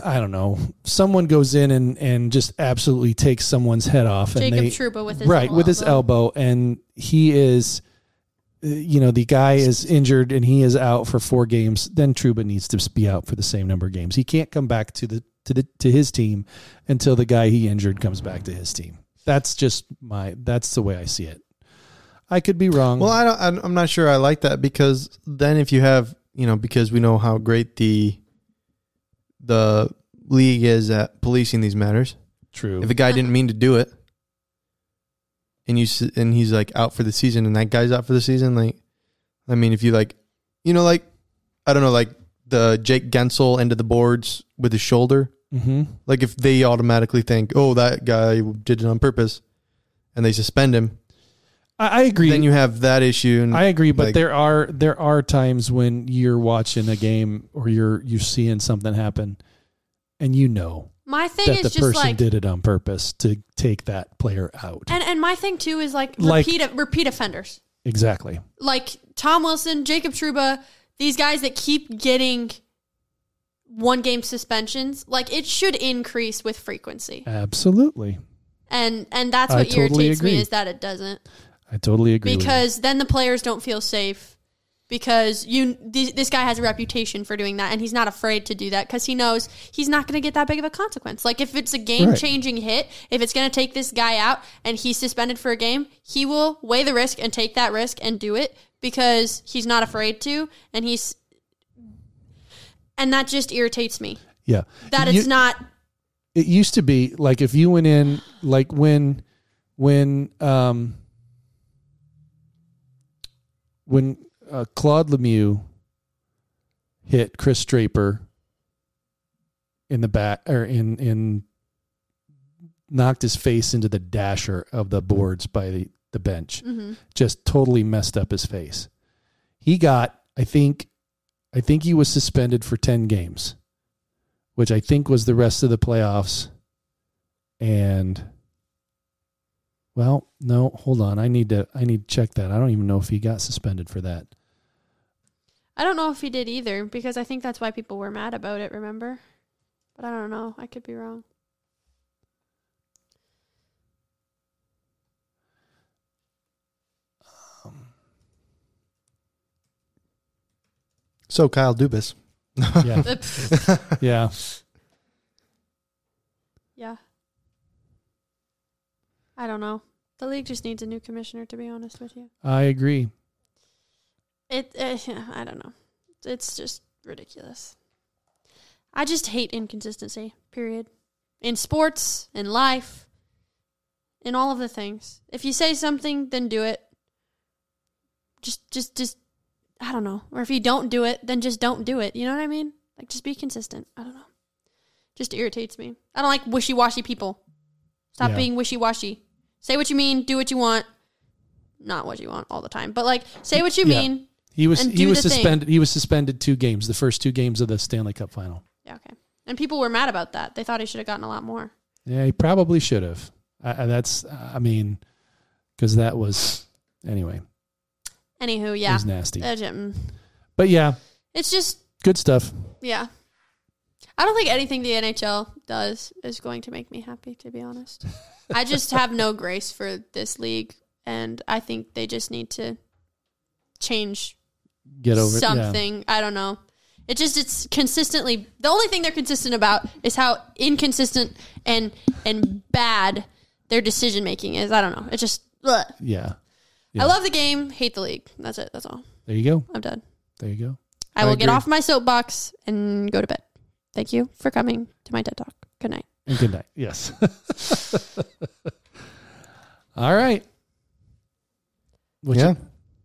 [SPEAKER 2] I don't know, someone goes in and and just absolutely takes someone's head off and
[SPEAKER 3] Jacob
[SPEAKER 2] they
[SPEAKER 3] Truba with his
[SPEAKER 2] right with his elbow and he is uh, you know the guy is injured and he is out for four games then Truba needs to be out for the same number of games he can't come back to the to the to his team until the guy he injured comes back to his team that's just my that's the way I see it I could be wrong
[SPEAKER 1] Well, I don't. I'm- I'm not sure. I like that because then if you have, you know, because we know how great the the league is at policing these matters.
[SPEAKER 2] true
[SPEAKER 1] If a guy didn't mean to do it, and you s- and he's like out for the season, and that guy's out for the season, like, I mean, if you like, you know, like, I don't know, like the Jake Gensel end of the boards with his shoulder.
[SPEAKER 2] mm-hmm.
[SPEAKER 1] Like if they automatically think, oh, that guy did it on purpose, and they suspend him,
[SPEAKER 2] I, I agree
[SPEAKER 1] then you have that issue. And
[SPEAKER 2] I agree, but
[SPEAKER 1] like-
[SPEAKER 2] there are there are times when you're watching a game or you're you're seeing something happen, and you know
[SPEAKER 3] My thing
[SPEAKER 2] that
[SPEAKER 3] is
[SPEAKER 2] the
[SPEAKER 3] just
[SPEAKER 2] person
[SPEAKER 3] like,
[SPEAKER 2] did it on purpose to take that player out.
[SPEAKER 3] and and my thing too is like
[SPEAKER 2] Like-
[SPEAKER 3] repeat repeat offenders
[SPEAKER 2] exactly.
[SPEAKER 3] like Tom Wilson, Jacob Truba, these guys that keep getting one game suspensions. Like it should increase with frequency,
[SPEAKER 2] Absolutely.
[SPEAKER 3] and and that's
[SPEAKER 2] I
[SPEAKER 3] what
[SPEAKER 2] totally
[SPEAKER 3] irritates me
[SPEAKER 2] agree.
[SPEAKER 3] is that it doesn't
[SPEAKER 2] I totally agree. with you.
[SPEAKER 3] because then the players don't feel safe because you th- this guy has a reputation for doing that and he's not afraid to do that because he knows he's not going to get that big of a consequence like if it's a game changing hit if it's going to take this guy out and he's suspended for a game he will weigh the risk and take that risk and do it because he's not afraid to and he's and that just irritates me
[SPEAKER 2] yeah,
[SPEAKER 3] that
[SPEAKER 2] You-
[SPEAKER 3] it's not
[SPEAKER 2] it used to be like if you went in like when when um when uh, Claude Lemieux hit Chris Draper in the back or in in knocked his face into the dasher of the boards by the, the bench
[SPEAKER 3] mm-hmm.
[SPEAKER 2] just totally messed up his face he got i think i think he was suspended for 10 games which I think was the rest of the playoffs, and well, no, hold on. I need to I need to check that. I don't even know if he got suspended for that.
[SPEAKER 3] I don't know if he did either because I think that's why people were mad about it, remember? But I don't know. I could be wrong.
[SPEAKER 1] So Kyle Dubas.
[SPEAKER 2] Yeah. yeah.
[SPEAKER 3] yeah. I don't know. The league just needs a new commissioner, to be honest with you.
[SPEAKER 2] I agree.
[SPEAKER 3] It, eh, I don't know. It's just ridiculous. I just hate inconsistency, period. In sports, in life, in all of the things. If you say something, then do it. Just, just, just, I don't know. Or if you don't do it, then just don't do it. You know what I mean? Like, just be consistent. I don't know. Just irritates me. I don't like wishy washy people. Stop
[SPEAKER 2] Yeah.
[SPEAKER 3] being wishy washy. Say what you mean, do what you want. Not what you want all the time, but like, say what you
[SPEAKER 2] Yeah.
[SPEAKER 3] mean.
[SPEAKER 2] He was
[SPEAKER 3] And
[SPEAKER 2] he
[SPEAKER 3] do
[SPEAKER 2] was
[SPEAKER 3] the thing.
[SPEAKER 2] suspended he was suspended two games, the first two games of the Stanley Cup final.
[SPEAKER 3] Yeah, okay. And people were mad about that. They thought he should have gotten a lot more.
[SPEAKER 2] Yeah, he probably should have. I, I, that's I mean cuz that was anyway,
[SPEAKER 3] Anywho,
[SPEAKER 2] it
[SPEAKER 3] yeah.
[SPEAKER 2] was nasty.
[SPEAKER 3] Uh, Jim.
[SPEAKER 2] But yeah,
[SPEAKER 3] It's just,
[SPEAKER 2] good stuff.
[SPEAKER 3] yeah. I don't think anything the NHL does is going to make me happy, to be honest. I just have no grace for this league, and I think they just need to change
[SPEAKER 2] Get over it. Yeah.
[SPEAKER 3] something. I don't know. It just it's consistently the only thing they're consistent about is how inconsistent and and bad their decision making is. I don't know. It just bleh.
[SPEAKER 2] Yeah.
[SPEAKER 3] I
[SPEAKER 2] Yeah.
[SPEAKER 3] love the game, hate the league. That's it. That's all.
[SPEAKER 2] There you go.
[SPEAKER 3] I'm done.
[SPEAKER 2] There you go.
[SPEAKER 3] I,
[SPEAKER 2] I
[SPEAKER 3] will get
[SPEAKER 2] agree.
[SPEAKER 3] off my soapbox and go to bed. Thank you for coming to my TED Talk. Good night.
[SPEAKER 2] And good night. Yes. All right. What you-
[SPEAKER 1] yeah.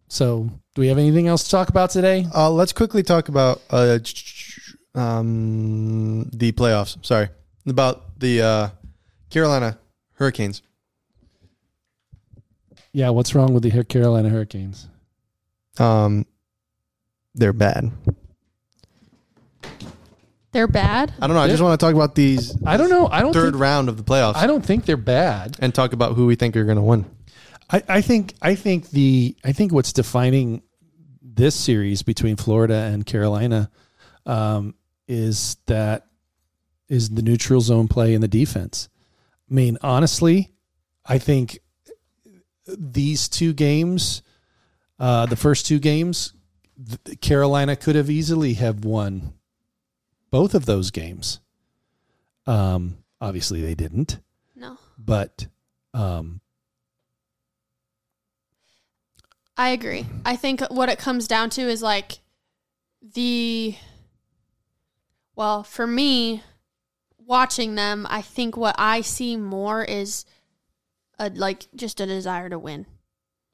[SPEAKER 2] so, do we have anything else to talk about today?
[SPEAKER 1] Uh, let's quickly talk about uh, um, the playoffs. Sorry, about the uh, Carolina Hurricanes.
[SPEAKER 2] Yeah. What's wrong with the Hur- Carolina Hurricanes?
[SPEAKER 1] Um, they're bad.
[SPEAKER 3] They're bad.
[SPEAKER 1] I don't know. I just
[SPEAKER 2] Yeah.
[SPEAKER 1] want to talk about these
[SPEAKER 2] I don't know. I don't.
[SPEAKER 1] third
[SPEAKER 2] think,
[SPEAKER 1] round of the playoffs
[SPEAKER 2] I don't think they're bad.
[SPEAKER 1] and talk about who we think are going to win.
[SPEAKER 2] I, I think. I think the. I think what's defining this series between Florida and Carolina um, is that is the neutral zone play and the defense. I mean, honestly, I think these two games, uh, the first two games, th- Carolina could have easily have won both of those games. Um, obviously, they didn't,
[SPEAKER 3] No,
[SPEAKER 2] but um,
[SPEAKER 3] I agree. I think what it comes down to is like the. Well, for me, watching them, I think what I see more is a like just a desire to win.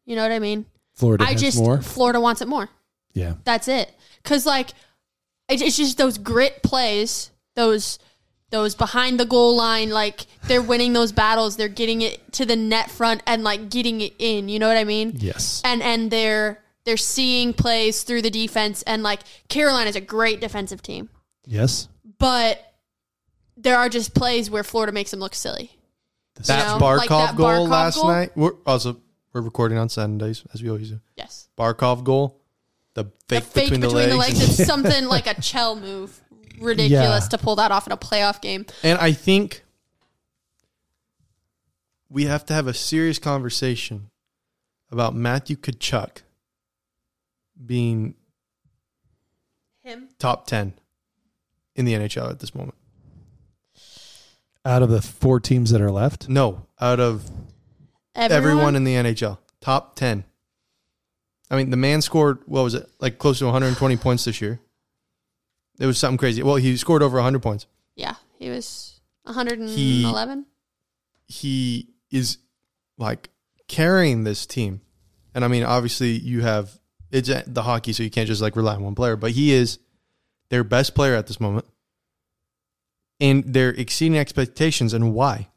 [SPEAKER 3] You know what I mean?
[SPEAKER 2] Florida
[SPEAKER 3] I
[SPEAKER 2] has
[SPEAKER 3] just
[SPEAKER 2] more.
[SPEAKER 3] Florida wants it more.
[SPEAKER 2] Yeah,
[SPEAKER 3] That's it. Cause like, it- it's just those grit plays, those those behind the goal line. Like they're winning those battles. They're getting it to the net front and like getting it in. You know what I mean?
[SPEAKER 2] yes,
[SPEAKER 3] And and they're they're seeing plays through the defense. And like Carolina's a great defensive team,
[SPEAKER 2] yes.
[SPEAKER 3] but there are just plays where Florida makes them look silly.
[SPEAKER 1] That
[SPEAKER 3] know,
[SPEAKER 1] Barkov
[SPEAKER 3] like that
[SPEAKER 1] goal
[SPEAKER 3] Barkov
[SPEAKER 1] last
[SPEAKER 3] goal?
[SPEAKER 1] night. We're also we're recording on Sundays as we always do.
[SPEAKER 3] Yes.
[SPEAKER 1] Barkov goal, the
[SPEAKER 3] The
[SPEAKER 1] fake,
[SPEAKER 3] fake between, the legs.
[SPEAKER 1] and-
[SPEAKER 3] It's something like a Chell move. Ridiculous
[SPEAKER 2] Yeah.
[SPEAKER 3] to pull that off in a playoff game.
[SPEAKER 1] And I think we have to have a serious conversation about Matthew Kachuk being
[SPEAKER 3] Him.
[SPEAKER 1] top 10 in the NHL at this moment.
[SPEAKER 2] Out of the four teams that are left,
[SPEAKER 1] No, out of everyone in the NHL, top 10. I mean, the man scored, what was it, like close to 120 points this year. It was something crazy. Well, he scored over 100 points.
[SPEAKER 3] Yeah, he was 111.
[SPEAKER 1] he is like carrying this team. And I mean, obviously, you have it's uh, the hockey, so you can't just like rely on one player, but he is their best player at this moment. And they're exceeding expectations. And why?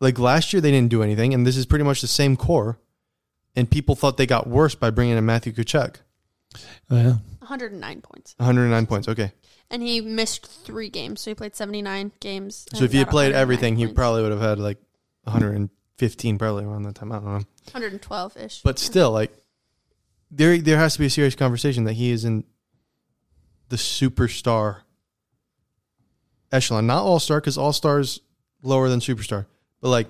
[SPEAKER 1] Like last year, they didn't do anything, and this is pretty much the same core. And people thought they got worse by bringing in Matthew Kuchek.
[SPEAKER 2] yeah.
[SPEAKER 3] 109 points.
[SPEAKER 1] 109 points. Okay.
[SPEAKER 3] And he missed three games, so he played 79 games.
[SPEAKER 1] So if he had played everything,
[SPEAKER 3] he
[SPEAKER 1] he probably would have had like 115 probably around that time. I don't know.
[SPEAKER 3] 112 ish.
[SPEAKER 1] But still, like there there has to be a serious conversation that he is in the superstar echelon. Not all star, because all stars lower than superstar. But like,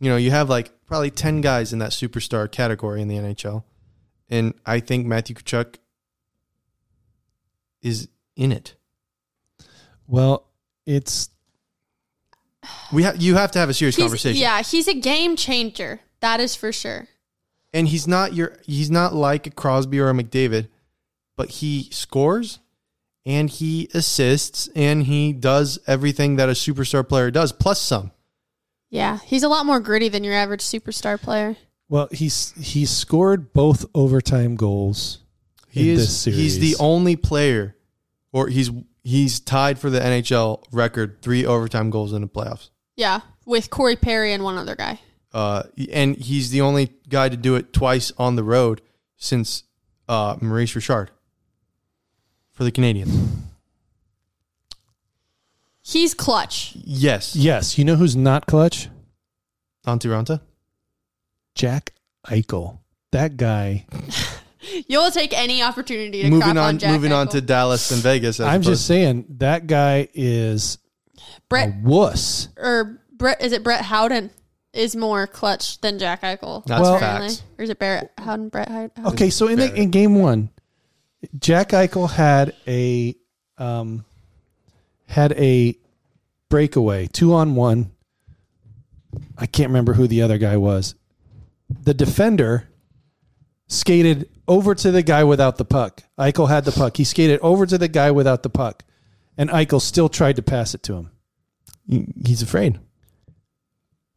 [SPEAKER 1] you know, you have like probably ten guys in that superstar category in the NHL. And I think Matthew Kachuk is in it.
[SPEAKER 2] Well, it's
[SPEAKER 1] We ha- you have to have a serious
[SPEAKER 3] He's-
[SPEAKER 1] conversation.
[SPEAKER 3] Yeah, he's a game changer. That is for sure.
[SPEAKER 1] and he's not your he's not like a Crosby or a McDavid, but he scores and he assists and he does everything that a superstar player does plus some.
[SPEAKER 3] Yeah, he's a lot more gritty than your average superstar player.
[SPEAKER 2] well he's he scored both overtime goals.
[SPEAKER 1] He
[SPEAKER 2] in
[SPEAKER 1] is
[SPEAKER 2] this series.
[SPEAKER 1] he's the only player or he's he's tied for the NHL record 3 overtime goals in the playoffs.
[SPEAKER 3] Yeah, with Corey Perry and one other guy.
[SPEAKER 1] Uh, and he's the only guy to do it twice on the road since uh, Maurice Richard for the Canadians.
[SPEAKER 3] He's clutch.
[SPEAKER 1] Yes.
[SPEAKER 2] Yes, you know who's not clutch?
[SPEAKER 1] Antiranta?
[SPEAKER 2] Jack Eichel. That guy.
[SPEAKER 3] You'll take any opportunity to crap
[SPEAKER 1] Moving
[SPEAKER 3] on,
[SPEAKER 1] on
[SPEAKER 3] Jack
[SPEAKER 1] moving on
[SPEAKER 3] Eichel.
[SPEAKER 1] to Dallas and Vegas. as
[SPEAKER 2] I'm
[SPEAKER 1] opposed-
[SPEAKER 2] just saying that guy is a
[SPEAKER 3] Brett
[SPEAKER 2] wuss.
[SPEAKER 3] or Brett. Is it Brett Howden? Is more clutch than Jack Eichel.
[SPEAKER 1] That's
[SPEAKER 2] Well-
[SPEAKER 3] apparently.
[SPEAKER 1] facts.
[SPEAKER 3] Or is it Barrett Howden? Brett Howden.
[SPEAKER 2] Okay, so in the,
[SPEAKER 1] better.
[SPEAKER 2] in game one, Jack Eichel had a um, had a breakaway, two on one. I can't remember who the other guy was. The defender skated over to the guy without the puck. Eichel had the puck. He skated over to the guy without the puck, and Eichel still tried to pass it to him.
[SPEAKER 1] He's afraid.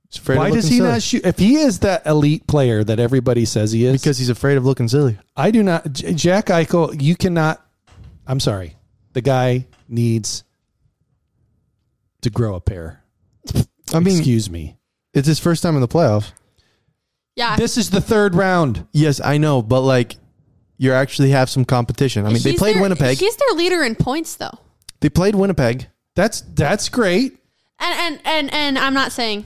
[SPEAKER 1] He's afraid
[SPEAKER 2] Why
[SPEAKER 1] of
[SPEAKER 2] does
[SPEAKER 1] looking
[SPEAKER 2] he
[SPEAKER 1] silly.
[SPEAKER 2] not shoot? If he is that elite player that everybody says he is,
[SPEAKER 1] Because he's afraid of looking silly.
[SPEAKER 2] I do not. J- Jack Eichel, you cannot. I'm sorry. The guy needs to grow a pair.
[SPEAKER 1] I mean,
[SPEAKER 2] Excuse me.
[SPEAKER 1] it's his first time in the playoffs.
[SPEAKER 3] Yeah.
[SPEAKER 2] This is the third round.
[SPEAKER 1] Yes, I know, but like, you actually have some competition. I mean, they
[SPEAKER 3] He's
[SPEAKER 1] played
[SPEAKER 3] their-
[SPEAKER 1] Winnipeg.
[SPEAKER 3] He's their leader in points, though.
[SPEAKER 1] They played Winnipeg.
[SPEAKER 2] That's that's great.
[SPEAKER 3] And and and and I'm not saying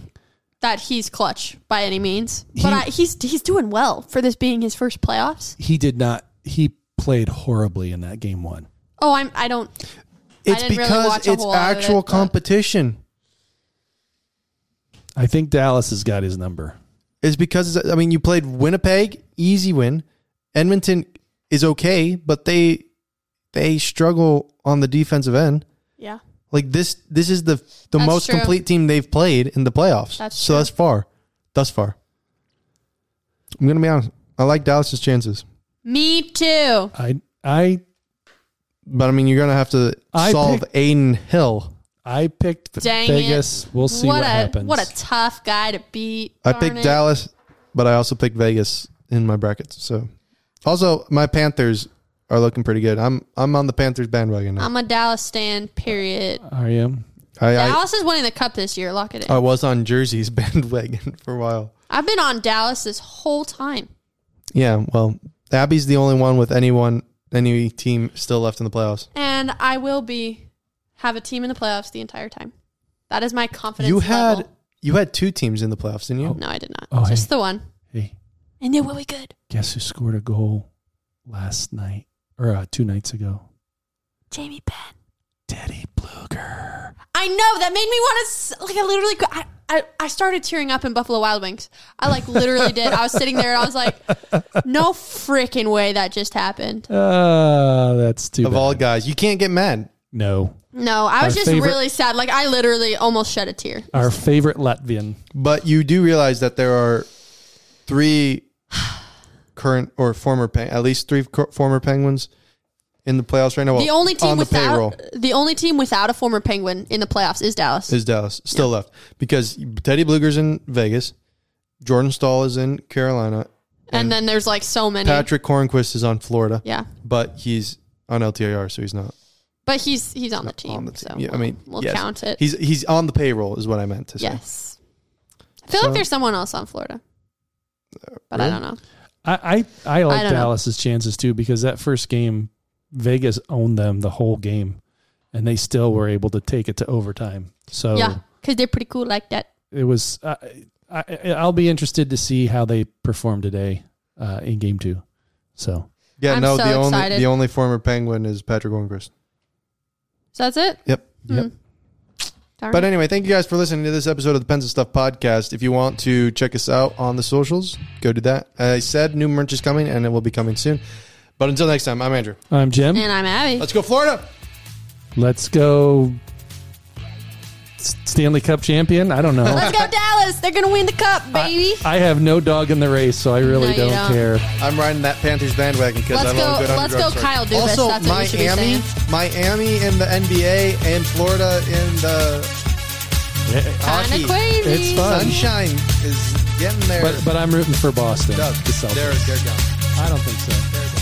[SPEAKER 3] that he's clutch by any means, but I, he's he's doing well for this being his first playoffs.
[SPEAKER 2] He did not. He played horribly in that game one.
[SPEAKER 3] Oh, I'm I don't.
[SPEAKER 1] It's
[SPEAKER 3] didn't really
[SPEAKER 1] because
[SPEAKER 3] watch a
[SPEAKER 1] it's
[SPEAKER 3] whole lot of
[SPEAKER 1] actual
[SPEAKER 3] it, but-
[SPEAKER 1] competition.
[SPEAKER 2] I think Dallas has got his number.
[SPEAKER 1] It's because it's- I mean, you played Winnipeg, easy win. Edmonton is okay, but they they struggle on the defensive end.
[SPEAKER 3] Yeah,
[SPEAKER 1] Like this, this is the the
[SPEAKER 3] That's
[SPEAKER 1] most
[SPEAKER 3] true.
[SPEAKER 1] complete team they've played in the playoffs.
[SPEAKER 3] That's
[SPEAKER 1] so
[SPEAKER 3] true.
[SPEAKER 1] thus far, thus far. I'm gonna be honest. I like Dallas's chances,
[SPEAKER 3] me too.
[SPEAKER 2] I I
[SPEAKER 1] but I mean, you're gonna have to
[SPEAKER 2] I
[SPEAKER 1] solve Aiden Hill.
[SPEAKER 2] I picked
[SPEAKER 3] Dang
[SPEAKER 2] Vegas. We'll see what,
[SPEAKER 3] a
[SPEAKER 2] happens.
[SPEAKER 3] what a tough guy to beat.
[SPEAKER 1] I
[SPEAKER 3] Darn
[SPEAKER 1] picked
[SPEAKER 3] it.
[SPEAKER 1] Dallas, but I also picked Vegas in my brackets. So, also my Panthers are looking pretty good. I'm I'm on the Panthers bandwagon now.
[SPEAKER 3] I'm a Dallas stand. Period.
[SPEAKER 2] Are you?
[SPEAKER 1] I, Uh, I
[SPEAKER 3] Dallas is winning the cup this year. Lock it in.
[SPEAKER 1] I was on Jersey's bandwagon for a while.
[SPEAKER 3] I've been on Dallas this whole time.
[SPEAKER 1] Yeah, well, Abby's the only one with anyone any team still left in the playoffs.
[SPEAKER 3] and I will be have a team in the playoffs the entire time. That is my confidence.
[SPEAKER 1] you had
[SPEAKER 3] level.
[SPEAKER 1] you had two teams in the playoffs, didn't you?
[SPEAKER 3] no, I did not.
[SPEAKER 2] Oh,
[SPEAKER 3] Just
[SPEAKER 2] hey.
[SPEAKER 3] the one,
[SPEAKER 2] Hey,
[SPEAKER 3] and they will be good.
[SPEAKER 2] guess who scored a goal last night or uh, two nights ago?
[SPEAKER 3] Jamie Penn.
[SPEAKER 2] Teddy Bluger.
[SPEAKER 3] I know that made me want to like. I literally, cou- I, I, I started tearing up in Buffalo Wild Wings. I like literally did. I was sitting there and I was like, no freaking way that just happened.
[SPEAKER 2] Uh, that's too
[SPEAKER 1] Of
[SPEAKER 2] bad.
[SPEAKER 1] all guys, you can't get mad.
[SPEAKER 2] no.
[SPEAKER 3] No, I was
[SPEAKER 2] Our
[SPEAKER 3] just
[SPEAKER 2] favorite-
[SPEAKER 3] really sad. Like I literally almost shed a tear.
[SPEAKER 2] Our favorite Latvian.
[SPEAKER 1] But you do realize that there are three current or former Peng- at least three cor- former Penguins in the playoffs right now.
[SPEAKER 3] The
[SPEAKER 1] Well,
[SPEAKER 3] only team
[SPEAKER 1] on the payroll
[SPEAKER 3] without the only team without a former Penguin in the playoffs is Dallas.
[SPEAKER 1] is Dallas still left because Teddy Bluger's in Vegas, Jordan Stahl is in Carolina,
[SPEAKER 3] and then there's like so many.
[SPEAKER 1] Patrick Hornquist is on Florida,
[SPEAKER 3] yeah.
[SPEAKER 1] but he's on LTIR, so he's not.
[SPEAKER 3] But he's he's on the team.
[SPEAKER 1] on the
[SPEAKER 3] So
[SPEAKER 1] team. Yeah, I
[SPEAKER 3] we'll,
[SPEAKER 1] mean,
[SPEAKER 3] we'll
[SPEAKER 1] yes.
[SPEAKER 3] count it.
[SPEAKER 1] He's he's on the payroll, is what I meant to say.
[SPEAKER 3] yes. I feel like there's someone else on Florida, but I
[SPEAKER 1] really?
[SPEAKER 3] don't know.
[SPEAKER 2] I I, I like
[SPEAKER 3] don't know.
[SPEAKER 2] Dallas's chances too because that first game, Vegas owned them the whole game, and they still were able to take it to overtime. So
[SPEAKER 3] Yeah, because they're pretty cool like that.
[SPEAKER 2] it was. I, I I'll be interested to see how they perform today uh, in game two. So
[SPEAKER 1] Yeah,
[SPEAKER 3] I'm
[SPEAKER 1] no,
[SPEAKER 3] so
[SPEAKER 1] the only
[SPEAKER 3] excited.
[SPEAKER 1] the only former Penguin is Patrick Hornquist.
[SPEAKER 3] So that's it. Hmm.
[SPEAKER 1] Yep.
[SPEAKER 3] Yep. Darn
[SPEAKER 1] But
[SPEAKER 3] it.
[SPEAKER 1] anyway, thank you guys for listening to this episode of the Pens and Stuff podcast. If you want to check us out on the socials, go do that. As I said new merch is coming and it will be coming soon. But until next time, I'm Andrew.
[SPEAKER 2] I'm Jim.
[SPEAKER 3] and I'm Abby.
[SPEAKER 1] Let's go Florida.
[SPEAKER 2] Let's go. S- Stanley Cup champion? I don't know.
[SPEAKER 3] Let's go Dallas. They're gonna win the cup, baby.
[SPEAKER 2] I have no dog in the race, so I really
[SPEAKER 3] No, you
[SPEAKER 2] don't,
[SPEAKER 3] don't.
[SPEAKER 2] care.
[SPEAKER 1] I'm riding that Panthers bandwagon because
[SPEAKER 3] Let's
[SPEAKER 1] I love
[SPEAKER 3] go-
[SPEAKER 1] good
[SPEAKER 3] let's
[SPEAKER 1] underdog
[SPEAKER 3] go
[SPEAKER 1] story.
[SPEAKER 3] Kyle Dubas,
[SPEAKER 1] Also,
[SPEAKER 3] that's what you should be
[SPEAKER 1] Miami,
[SPEAKER 3] saying.
[SPEAKER 1] Miami in the NBA and Florida in the
[SPEAKER 3] Kinda
[SPEAKER 1] hockey.
[SPEAKER 3] crazy.
[SPEAKER 2] It's fun.
[SPEAKER 1] Sunshine is getting there.
[SPEAKER 2] But but I'm rooting for Boston.
[SPEAKER 1] Doug,
[SPEAKER 2] The Celtics.
[SPEAKER 1] there, there it goes.
[SPEAKER 2] I don't think so.
[SPEAKER 1] There it goes.